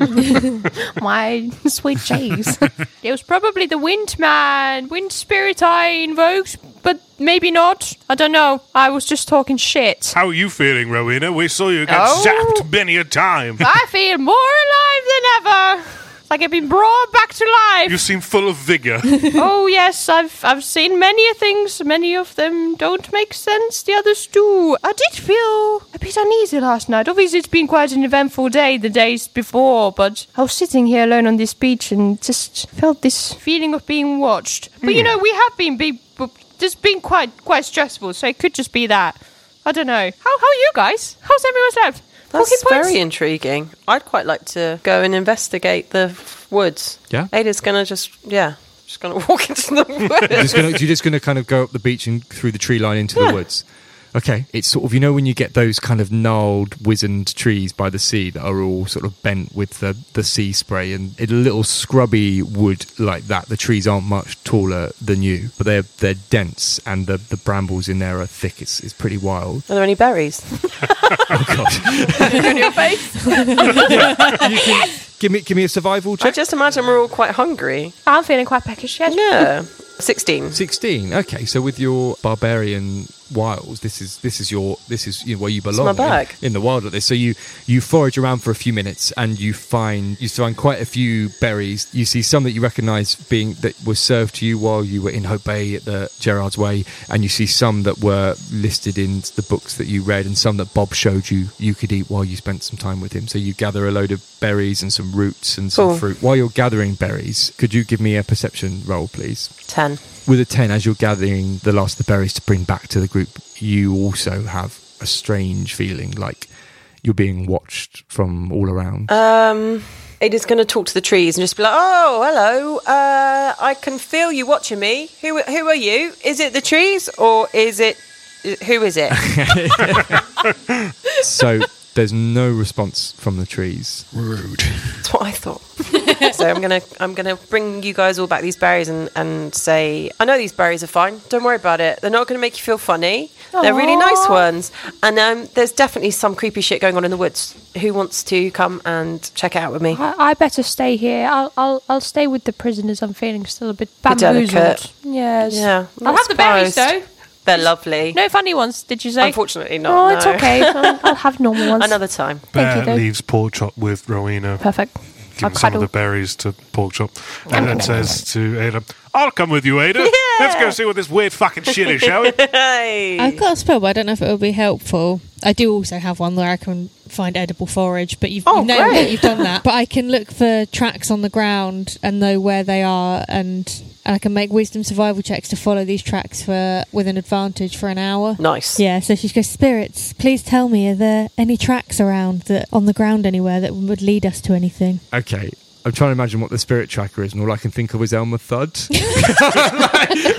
D: My sweet cheese. it was probably the wind man, wind spirit I invoked, but maybe not. I don't know. I was just talking shit.
H: How are you feeling, Rowena? We saw you get
D: Oh.
H: zapped many a time.
D: I feel more alive than ever. It's Like I've been brought back to life.
H: You seem full of vigor.
D: oh yes, I've I've seen many a things. Many of them don't make sense. The others do. I did feel a bit uneasy last night. Obviously, it's been quite an eventful day the days before, but I was sitting here alone on this beach and just felt this feeling of being watched. But you know, we have been be just been quite quite stressful, so it could just be that. I don't know. How how are you guys? How's everyone's life? Talking
C: That's
D: points?
C: very intriguing. I'd quite like to go and investigate the woods.
A: Yeah.
C: Ada's gonna just yeah, just gonna walk into the
A: You're
C: woods.
A: just, gonna, you're just gonna kind of go up the beach and through the tree line into
C: Yeah.
A: the woods. Okay, it's sort of you know when you get those kind of gnarled, wizened trees by the sea that are all sort of bent with the, the sea spray and in a little scrubby wood like that. The trees aren't much taller than you, but they're they're dense and the, the brambles in there are thick. It's it's pretty wild.
C: Are there any berries?
D: In your face.
A: Give me give me a survival
C: I
A: check.
C: just imagine we're all quite hungry.
D: I'm feeling quite peckish. Yes.
C: Yeah, sixteen.
A: Sixteen. Okay, so with your barbarian wiles, this is this is your this is you know, where you belong. in-
C: bag.
A: In, the wild like this. So you you forage around for a few minutes and you find you find quite a few berries. You see some that you recognise being that were served to you while you were in Hope Bay at the Gerard's Way, and you see some that were listed in the books that you read, and some that Bob showed you you could eat while you spent some time with him. So you gather a load of berries and some roots and some
C: Cool.
A: fruit. While you're gathering berries, could you give me a perception roll, please?
C: Ten.
A: with a 10 as you're gathering the last of the berries to bring back to the group you also have a strange feeling like you're being watched from all around
C: Um, Ada's going to talk to the trees and just be like, "Oh, hello. Uh, I can feel you watching me. Who who are you? Is it the trees or is it who is it?
A: so there's no response from the trees
C: That's what I thought. so I'm gonna I'm gonna bring you guys all back these berries and and say, I know these berries are fine. Don't worry about it. They're not going to make you feel funny. They're really nice ones. And um, there's definitely some creepy shit going on in the woods. Who wants to come and check it out with me?
D: I, I better stay here. I'll, I'll I'll stay with the prisoners. I'm feeling still a bit
C: Bit delicate.
D: bamboozled. Yes.
C: Yeah, I'm
D: I'll
C: not
D: have the berries though.
C: surprised. They're lovely.
D: No funny ones, did you say?
C: Unfortunately not.
D: Oh, it's
C: no.
D: okay. I'll, I'll have normal ones.
C: Another time.
D: Thank you,
H: Bear
D: though.
H: leaves pork chop with Rowena,
D: Perfect. I'll
H: giving some of
D: cuddle.
H: the berries to pork chop, and then says to Ada, "I'll come with you, Ada. Let's go see what this weird fucking shit is, shall we?"
C: Hey.
F: I've got a spell, but I don't know if it will be helpful. I do also have one where I can find edible forage, but you've,
C: Oh,
F: you know that
C: great.
F: you've done that. But I can look for tracks on the ground and know where they are, and, and I can make wisdom survival checks to follow these tracks for with an advantage for an hour.
C: Nice.
F: Yeah, so she goes, Spirits, please tell me, are there any tracks around that on the ground anywhere that would lead us to anything?
A: okay i'm trying to imagine what the spirit tracker is and all i can think of is elmer thud like,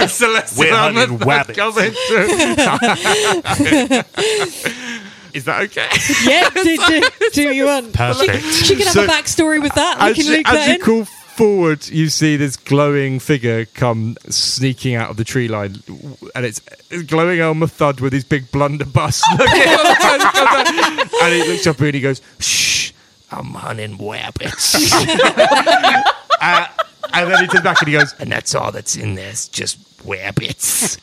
A: Celeste
H: We're
A: Elmer
H: hunting
A: Fudd
H: wabbits.
A: comes in. is that okay
F: Yeah, do, do, do you want?
I: Perfect.
F: She can have
A: So-
F: a backstory with that. We
A: as
F: can
A: you,
F: link that
A: as you
F: in.
A: call forward, you see this glowing figure come sneaking out of the tree line, and it's, it's glowing Elmer Thud with his big blunderbuss. looking and he looks up and he goes, "Shh, I'm hunting rabbits." uh, and then he turns back and he goes, "And that's all that's in there. It's just rabbits."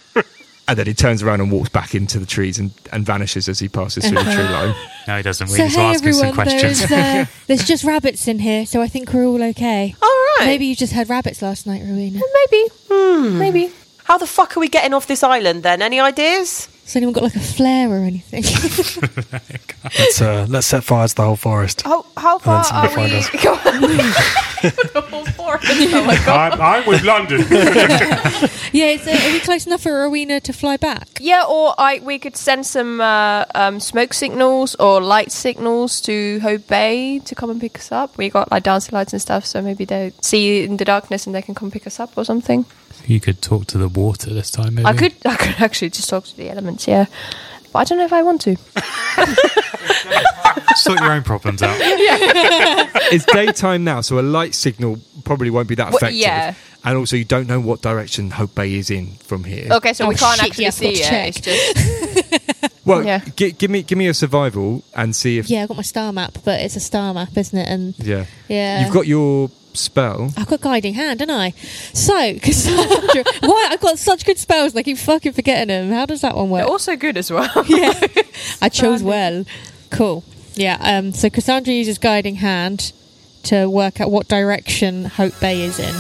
A: And then he turns around and walks back into the trees and, and vanishes as he passes through the tree line.
I: No, he doesn't. We
F: So
I: need to
F: hey
I: ask him some
F: everyone,
I: questions.
F: there's, uh, there's just rabbits in here, so I think we're all okay.
C: All right. Hmm.
F: Maybe you just heard rabbits last night, Rowena.
D: Maybe. Maybe.
C: How the fuck are we getting off this island then? Any ideas?
F: Has anyone got like a flare or anything?
G: Let's, uh, let's set fire to the whole forest.
F: Oh,
D: How, how far
G: somebody
D: are
G: find
D: we?
G: us.
D: Go on. oh my god.
H: I'm, I'm with London.
F: yeah, it's, uh, are we close enough for Rowena to fly back?
D: Yeah, or I we could send some uh, um, smoke signals or light signals to Hope Bay to come and pick us up. We got like dancing lights and stuff, so maybe they see you in the darkness and they can come pick us up or something.
I: you could talk to the water this time, maybe.
D: I could I could actually just talk to the elements, yeah. But I don't know if I want to.
I: sort your own problems out.
A: it's daytime now, so a light signal probably won't be that
D: Well,
A: effective.
D: yeah.
A: And also, you don't know what direction Hope Bay is in from here.
D: Okay, so
F: Oh,
D: we can't
F: shit,
D: actually
F: yeah, I
D: see
F: forgot to
D: it.
F: check.
D: It's just
A: Well,
D: Yeah.
A: gi- give me give me a survival and see if
F: Yeah, I got my star map, but it's a star map, isn't it? And
A: yeah.
F: yeah,
A: You've got your spell.
F: I've got guiding hand, haven't I? So Cassandra, why I've got such good spells, and I keep fucking forgetting them. How does that one work?
C: Oh.
D: They're also good as well.
F: yeah, I chose well. Cool. Yeah. Um, so Cassandra uses guiding hand to work out what direction Hope Bay is in.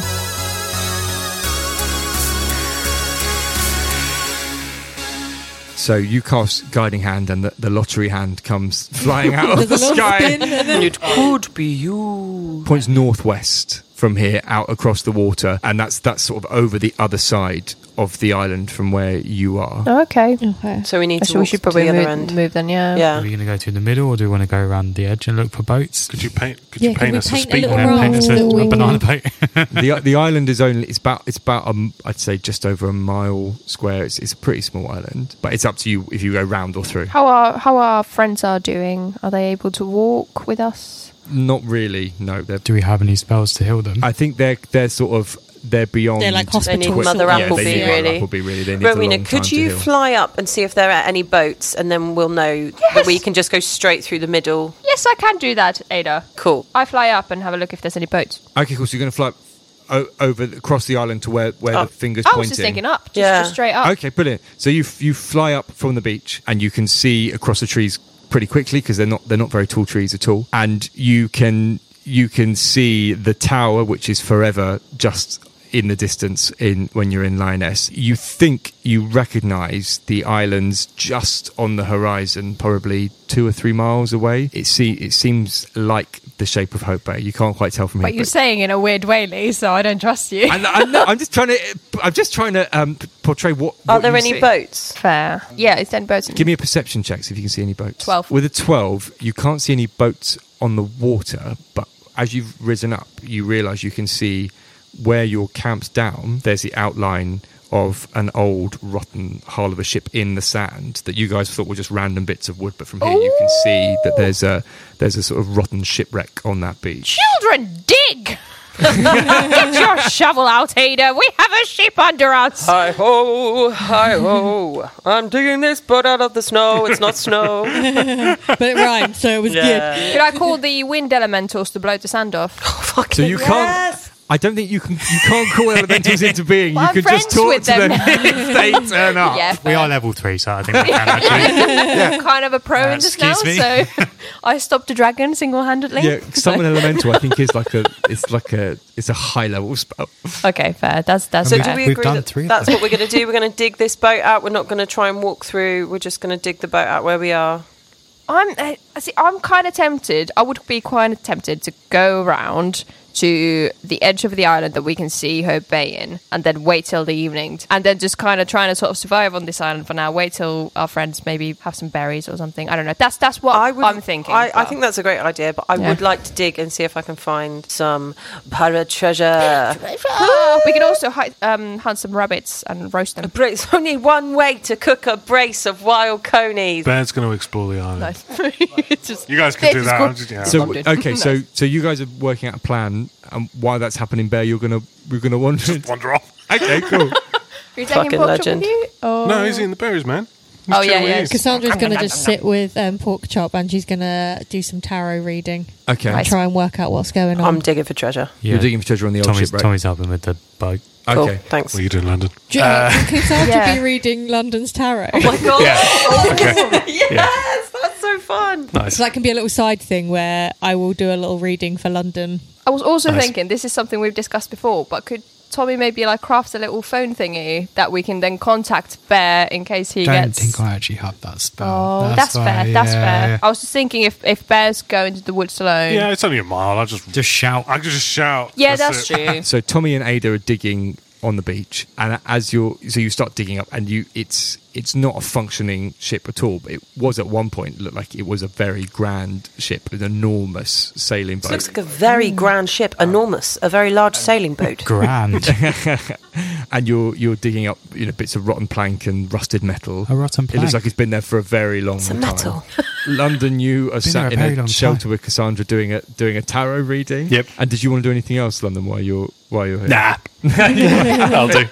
A: So you cast guiding hand, and the, the lottery hand comes flying out of the
F: There's a little
A: sky.
F: spin and then-
C: it could be you.
A: Points northwest from here out across the water, and that's that's sort of over the other side of the island from where you are.
D: okay.
F: Okay.
C: So we need to
D: So
C: walk
D: we should
C: to
D: probably
C: the other
D: move,
C: end.
D: move then, yeah.
I: Are
C: Yeah.
I: we going to go through the middle or do we want to go around the edge and look for boats?
H: Could you paint? Could
F: Yeah,
H: you
F: could
H: paint
F: we
H: us
F: paint a
H: a speed
F: little
H: map?
F: round
I: Paint us a,
F: the
I: a banana
F: wing.
I: boat.
A: the the island is only it's about it's about um I'd say just over a mile square. It's it's a pretty small island, but it's up to you if you go round or through.
D: How are how our friends are doing? Are they able to walk with us?
A: Not really. No, they're.
I: do we have any spells to heal them?
A: I think they're they're sort of they're beyond.
F: They're like hospital
C: They need
A: quick-
C: Mother
A: yeah,
C: Applebee,
A: they need
C: really.
A: Mother Applebee really. They need a long
C: Rowena,
A: time
C: could
A: to
C: you
A: heal.
C: fly up and see if there are any boats, and then we'll know that we can just go straight through the middle?
D: Yes, I can do that, Ada.
C: Cool.
D: I fly up and have a look if there's any boats.
A: Okay, cool. So you're going to fly o- over across the island to where where
C: Oh.
A: the fingers
D: I
A: pointing.
D: was just thinking up, just,
C: Yeah.
D: just straight up.
A: Okay, brilliant. So you f- you fly up from the beach and you can see across the trees pretty quickly because they're not they're not very tall trees at all, and you can you can see the tower which is forever just in the distance in when you're in Lioness. You think you recognise the islands just on the horizon, probably two or three miles away. It see it seems like the shape of Hope Bay. You can't quite tell from here.
D: But you're saying in a weird way, Lee, so I don't trust you.
A: and I know, I'm just trying to. I'm just trying to um, p- portray what.
C: Are
A: what
C: there
A: you
C: any
A: see.
C: boats?
D: Fair. Yeah, it's then boats.
A: Give me a perception check, see if you can see any boats.
D: 12.
A: With a 12, you can't see any boats on the water, but as you've risen up, you realise you can see where your camp's down. There's the outline of an old, rotten hull of a ship in the sand that you guys thought were just random bits of wood, but from here you can see that there's a there's a sort of rotten shipwreck on that beach.
D: Children, dig! Get your shovel out, Ada. We have a sheep under us.
C: Hi ho, hi ho. I'm digging this boat out of the snow. It's not snow.
F: But it rhymed, so it was good.
D: Could I call the wind elementals to blow the sand
C: Oh,
D: off?
A: So you can't. I don't think you can. You can't call elementals into being.
D: Well,
A: you
D: I'm
A: can just
D: friends
A: talk
D: with
A: to them,
D: them.
A: if they turn up.
D: yeah,
I: We
D: fair.
I: are level three, so I think we can actually.
D: I'm kind of a pro
A: Uh,
D: in this now,
I: excuse
D: so I stopped a dragon single-handedly.
A: Yeah, summon elemental. I think is like a. It's like a. It's a high level uh, spell.
D: Okay, fair. That's that's
C: So
D: fair.
C: do we
I: We've
C: agree
I: done
C: that
I: three of
C: that's
I: them.
C: what we're going to do? We're going to dig this boat out. We're not going to try and walk through. We're just going to dig the boat out where we are.
D: I'm uh, see. I'm kind of tempted. I would be quite tempted to go around to the edge of the island that we can see Hope Bay in, and then wait till the evening, and then just kind of trying to sort of survive on this island for now. Wait till our friends maybe have some berries or something. I don't know. That's that's what I
C: would,
D: I'm thinking.
C: I, I
D: but-
C: think that's a great idea, but I
D: Yeah.
C: would like to dig and see if I can find some pirate treasure.
D: Ah, we can also hi- um, hunt some rabbits and roast them.
C: There's only one way to cook a brace of wild conies.
H: Bear's going to explore the island.
D: It's just-
H: You guys
D: Yeah,
H: can do
D: just
H: that.
D: go-
H: I'm just, yeah.
A: So
D: Loved it.
A: okay, so so you guys are working out a plan, and while that's happening, Bear, you're gonna we're gonna wander. into-
H: wander off.
A: okay, cool.
D: Are you taking
C: Fucking
D: pork chop
C: legend.
D: with you? Or-
H: No, he's eating the berries, man.
D: Oh yeah,
H: chill with
D: yeah.
H: you.
F: Cassandra's going to just sit with um, pork chop, and she's going to do some tarot reading.
A: Okay,
D: Right.
F: Try and work out what's going on.
C: I'm digging for treasure.
A: you're digging for treasure on the old
I: Tommy's,
A: ship, right?
I: Tommy's helping with the boat.
C: Cool,
A: Okay.
H: What
C: thanks.
H: are you doing, London?
F: Do you know, can Cassandra
D: Yeah.
F: be reading London's tarot?
C: Oh my god!
H: Yes,
C: that's so fun.
H: Nice.
F: So that can be a little side thing where I will do a little reading for London.
D: I was also
I: Nice.
D: thinking this is something we've discussed before, but could Tommy maybe like craft a little phone thingy that we can then contact Bear in case he
E: don't
D: gets.
E: think I actually have that spell.
D: Oh, that's,
E: why,
D: fair. That's
E: yeah,
D: fair.
E: yeah.
D: I was just thinking if if Bear's going to the woods alone.
H: Yeah, it's only a mile. I just,
E: Just shout.
H: I could just shout.
D: Yeah, that's,
H: it.
D: true.
A: So Tommy and Ada are digging on the beach, and as you're so you start digging up, and you it's it's not a functioning ship at all. It was at one point looked like it was a very grand ship, an enormous sailing boat.
C: Mm. Looks like a very grand ship, enormous, a very large sailing boat.
I: Grand.
A: and you're you're digging up you know bits of rotten plank and rusted metal.
E: A rotten
A: It looks
E: plank.
A: like it's been there for a very long
C: Some
A: time.
C: metal.
A: London, you are
E: there
A: sat
E: a
A: in
E: very
A: a
E: long
A: shelter
E: time.
A: with Cassandra doing a doing a tarot reading.
G: Yep.
A: And did you want to do anything else, London, while you're while you're here?
G: Nah, I'll do.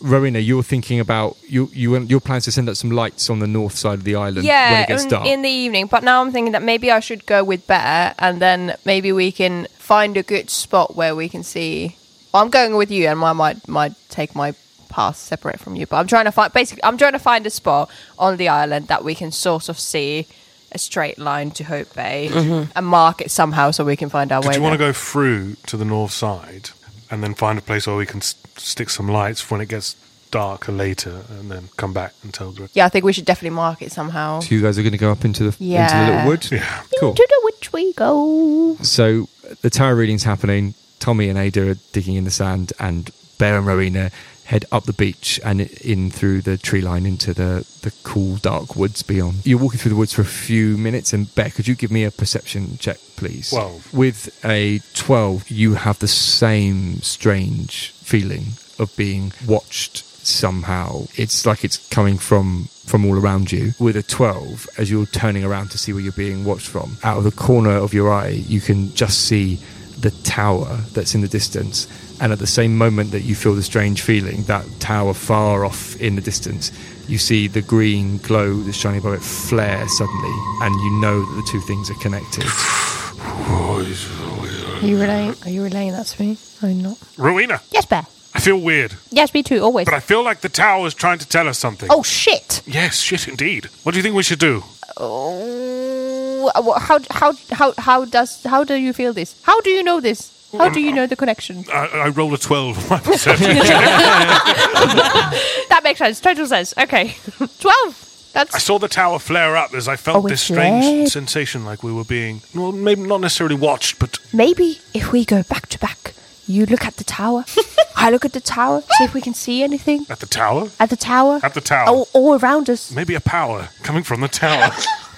A: Rowena, you're thinking about you you want- your plans to send up some lights on the north side of the island when
D: yeah,
A: it gets
D: in,
A: dark.
D: in the evening. But now I'm thinking that maybe I should go with Bear, and then maybe we can find a good spot where we can see. I'm going with you, and I might might take my path separate from you. But I'm trying to find basically I'm trying to find a spot on the island that we can sort of see a straight line to Hope Bay
A: Mm-hmm.
D: and mark it somehow so we can find our way.
H: Did you want to
D: there.
H: go through to the north side and then find a place where we can s- stick some lights for when it gets darker later and then come back and tell the
D: Yeah, I think we should definitely mark it somehow.
A: so you guys are going to go up into the into the
D: Yeah.
A: little wood.
H: Yeah.
A: Cool.
D: To the which we go.
A: So the tarot reading's happening. Tommy and Ada are digging in the sand, and Bear and Rowena head up the beach and in through the tree line into the, the cool, dark woods beyond. You're walking through the woods for a few minutes, and Bear, could you give me a perception check, please?
H: Twelve.
A: With a 12, you have the same strange feeling of being watched somehow. It's like it's coming from from all around you. With a 12, as you're turning around to see where you're being watched from, out of the corner of your eye, you can just see the tower that's in the distance. And at the same moment that you feel the strange feeling, that tower far off in the distance, you see the green glow that's shining above it flare suddenly, and you know that the two things are connected.
D: Are you relaying? Are you relaying that to me? I'm not.
H: Rowena,
D: Yes, Bear.
H: I feel weird,
D: Yes, me too. Always.
H: but I feel like the tower is trying to tell us something.
D: Oh shit!
H: Yes, shit indeed. What do you think we should do?
D: Oh, uh, wha- how how how how does how do you feel this? How do you know this? How do you know the connection?
H: I, I roll a 12 on my perception.
D: That makes sense. Total sense. Okay, twelve.
H: I
D: That's
H: saw the tower flare up as I felt
D: Oh,
H: this
D: it's
H: strange
D: red.
H: sensation like we were being, well, maybe not necessarily watched, but
D: maybe if we go back to back, you look at the tower, I look at the tower, see if we can see anything
H: at the tower?
D: at the tower,
H: At the tower.
D: all, all around us.
H: Maybe a power coming from the tower.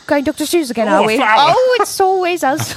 D: Going Dr. Seuss again,
H: Oh,
D: are
H: a
D: we?
H: flower.
D: Oh, it's always us.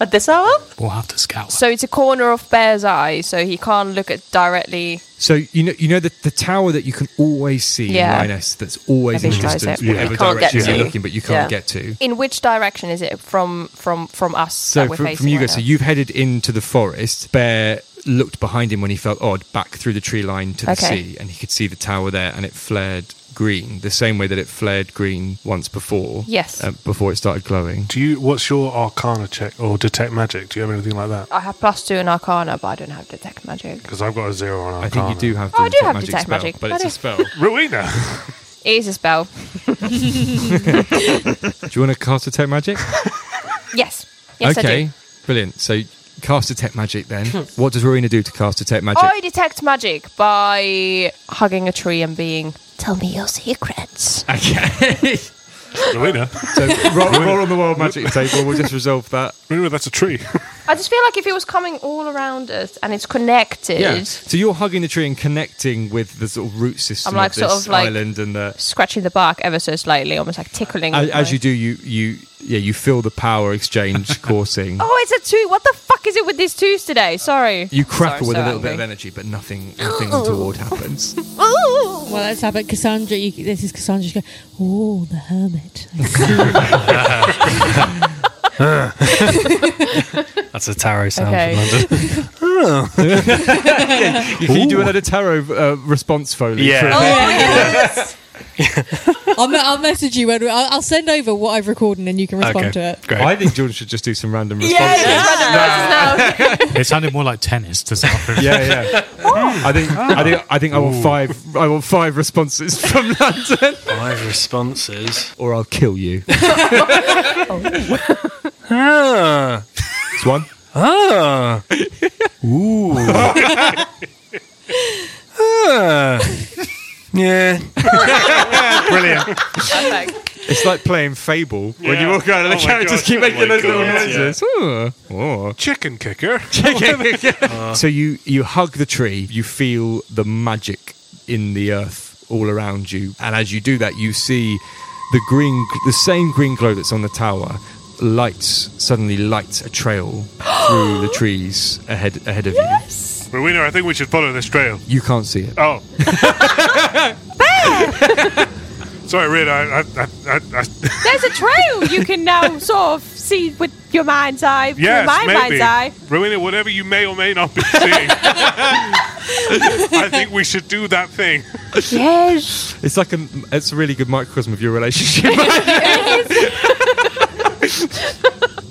C: At this hour?
I: We'll have to scout.
D: so it's a corner of Bear's eye, so he can't look at directly.
A: So you know, you know the, the tower that you can always see
D: Yeah.
A: in Lioness that's always
D: I
A: in the
D: visualise
A: distance,
D: it, but
A: whatever
D: you can't get
A: direction you're
D: to.
A: looking, but you can't
C: Yeah.
A: get to.
D: In which direction is it from from from us?
A: So
D: that we're
A: from,
D: facing
A: from you
D: right
A: guys,
D: now?
A: so you've headed into the forest. Bear looked behind him when he felt odd, back through the tree line to the
D: Okay.
A: sea, and he could see the tower there, and it flared green, the same way that it flared green once before.
D: Yes.
A: uh, before it started glowing.
H: do you, what's your arcana check or detect magic? Do you have anything like that?
D: I have plus two in Arcana, but I don't have Detect Magic.
H: Because I've got a zero on arcana.
A: I think you do have.
D: Oh, I do
A: detect
D: have
A: magic
D: detect
A: spell,
D: magic.
A: but
D: That
A: it's a
D: is-
A: spell.
H: Rowena!
D: It is a spell.
A: do you want to cast detect magic?
D: Yes. Yes,
A: okay,
D: I do.
A: brilliant. So cast detect magic then. what does Rowena do to cast detect magic?
D: I detect magic by hugging a tree and being. Tell me your secrets.
A: Okay.
H: Rowena?
A: so roll, roll on the wild magic table. We'll just resolve that.
H: Rowena, that's a tree.
D: I just feel like if it was coming all around us and it's connected,
A: So you're hugging the tree and connecting with the sort of root system
D: I'm like
A: of
D: sort
A: this
D: of like-
A: island, and the,
D: scratching the bark ever so slightly, almost like tickling.
A: as,
D: with
A: as
D: my-
A: you do, you you yeah you feel the power exchange coursing.
D: Oh, it's a two. What the fuck is it with these twos today? Sorry.
A: You crackle with
D: Sorry, Oh. so
A: a little bit of
D: angry.
A: energy, but nothing nothing untoward happens.
D: Ooh.
F: Well, let's have it, Cassandra. You, this is Cassandra. She's going, oh, the hermit. I see."
G: That's a tarot sound
D: Okay.
G: from London.
A: Can you do another tarot uh, response foley?
G: Yeah.
A: for-
F: Oh, I'll, me- I'll message you. When we- I'll, I'll send over what I've recorded and you can respond
G: Okay.
F: to it.
G: Great.
A: I think Jordan should just do some random
D: Yeah,
A: responses.
D: it's random voices now.
I: It sounded more like tennis to start with.
A: Yeah, yeah. I think I think I think I want five. I want five responses from London,
G: Five responses.
A: or I'll kill you.
G: Ah.
A: It's one.
G: Ah. Ooh. ah. Yeah.
A: Brilliant.
D: Perfect.
A: It's like playing Fable when you
H: Yeah.
A: walk around and the
H: Oh my
A: characters
H: God.
A: keep
H: Oh
A: making
H: my
A: those
H: God.
A: little
H: Yeah.
A: noises. Oh. Oh.
H: Chicken kicker. Uh.
A: so you you hug the tree. You feel the magic in the earth all around you, and as you do that, you see the green, the same green glow that's on the tower. Lights suddenly lights a trail through the trees ahead ahead of you.
H: Rowena, I think we should follow this trail.
A: You can't see it.
H: Oh. Sorry, Rowena. I, I, I, I, I,
D: There's a trail you can now sort of see with your mind's eye, through
H: yes,
D: my mind's
H: maybe.
D: eye.
H: Rowena, whatever you may or may not be seeing, I think we should do that thing.
D: Yes.
A: It's like a it's a really good microcosm of your relationship.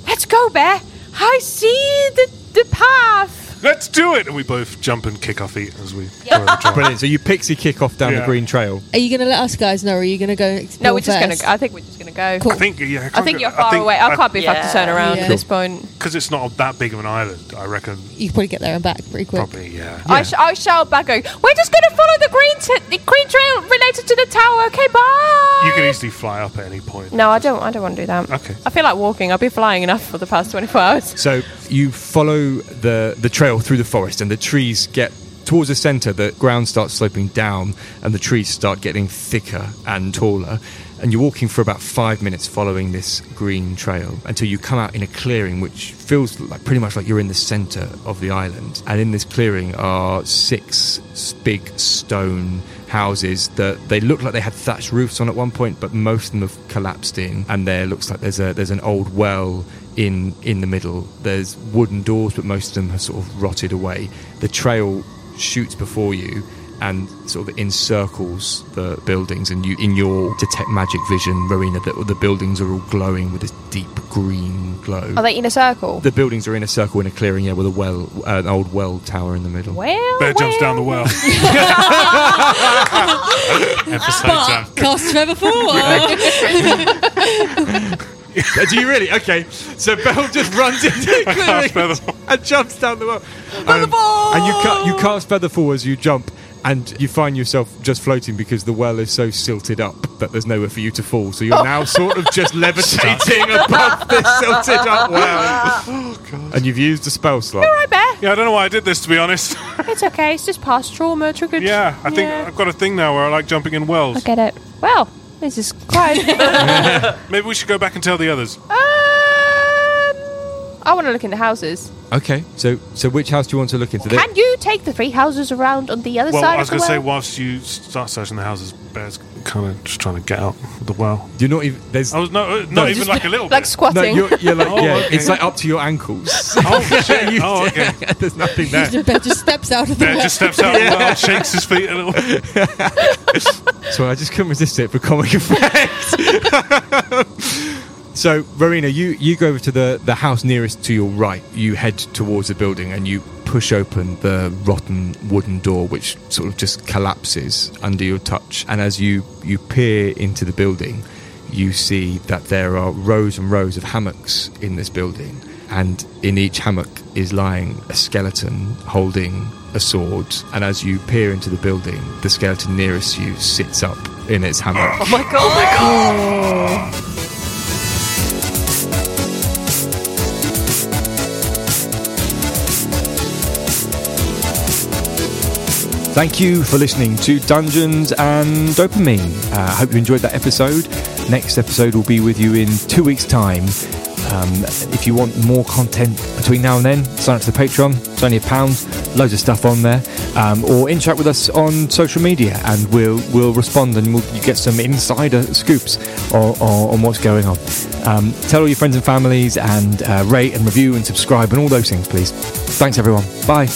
D: Let's go, Bear. I see the, the path.
H: Let's do it! And we both jump and kick our feet as we follow the trail.
A: Brilliant. So you pixie kick off down the
H: Yeah.
A: green trail.
J: Are you going to let us guys know? Or are you going to go? and
D: No,
J: explore
D: we're just going
J: first?
D: to go. I think we're just going to go.
J: Cool.
H: I think, yeah,
D: I think you're far away. I can't be fucked to
C: Yeah.
D: turn around
J: Yeah.
D: at this point.
H: Because it's not that big of an island, I reckon.
J: You could probably get there and back pretty quick.
H: Probably, yeah.
D: I, sh- I shout back, going, we're just going to follow the green, t- the green trail related to the tower. Okay, bye.
H: You can easily fly up at any point.
D: no, I don't. I don't want to do that.
H: Okay.
D: I feel like walking. I've been flying enough for the past 24 hours.
A: So you follow the the trail through the forest, and the trees get towards the centre. The ground starts sloping down, and the trees start getting thicker and taller. And you're walking for about five minutes following this green trail until you come out in a clearing, which feels like pretty much like you're in the centre of the island. And in this clearing are six s- big stone houses that they look like they had thatched roofs on at one point, but most of them have collapsed in. And there looks like there's a there's an old well in in the middle. There's wooden doors, but most of them have sort of rotted away. The trail shoots before you and sort of encircles the buildings. And you, in your detect magic vision, Rowena, that the buildings are all glowing with this deep green glow.
D: Are they in a circle?
A: the buildings are in a circle in a clearing, yeah, with a well, uh, an old well tower in the middle.
D: well,
H: Bear jumps down the well.
I: Episode
J: But
I: um,
J: cast forever forward.
A: Do you really? Okay. So Bell just runs into the
H: Feather.
A: clearing and jumps down the well. Um, and you, ca- you cast feather fall as you jump, and you find yourself just floating because the well is so silted up that there's nowhere for you to fall. So you're now sort of just levitating above this silted up well. And you've used a spell slot.
D: Hi, Bear.
H: Yeah, I don't know why I did this, to be honest.
D: It's okay. It's just past trauma. Triggered.
H: yeah, I think I've got a thing now where I like jumping in wells.
D: I get it. Well, this is quite.
H: Maybe we should go back and tell the others.
D: um, I want to look in the houses.
A: Okay. So so which house do you want to look into? There-
D: Can you take the three houses around on the other
H: Well,
D: side
H: I was
D: of
H: going
D: the
H: to say,
D: well?
H: whilst you start searching the houses, Bear's kind of just trying to get out of the well.
A: You're not even. There's.
H: I was no, uh, not
A: No,
H: even
A: just
H: like a little
D: like
H: bit.
A: no,
D: squatting.
A: you're, you're like,
H: Oh,
A: yeah,
H: okay.
A: it's like up to your ankles.
H: oh, shit. oh, okay.
A: There's nothing there.
J: Bear just steps out of the
H: Bear
J: way.
H: just steps out of the well, shakes his feet a little.
A: So I just couldn't resist it for comic effect. so Rowena, you you go over to the the house nearest to your right. You head towards the building and you push open the rotten wooden door, which sort of just collapses under your touch. And as you you peer into the building, you see that there are rows and rows of hammocks in this building, and in each hammock is lying a skeleton holding a sword. And as you peer into the building, the skeleton nearest you sits up in its hammock.
C: my god! Oh my god!
A: Thank you for listening to Dungeons and Dopamine. Uh, I hope you enjoyed that episode. Next episode will be with you in two weeks' time. Um, if you want more content between now and then, sign up to the Patreon. It's only a pound. Loads of stuff on there. Um, or interact with us on social media, and we'll we'll respond and we'll, you get some insider scoops on, on, on what's going on. Um, tell all your friends and families, and uh, rate and review and subscribe and all those things, please. Thanks, everyone. Bye.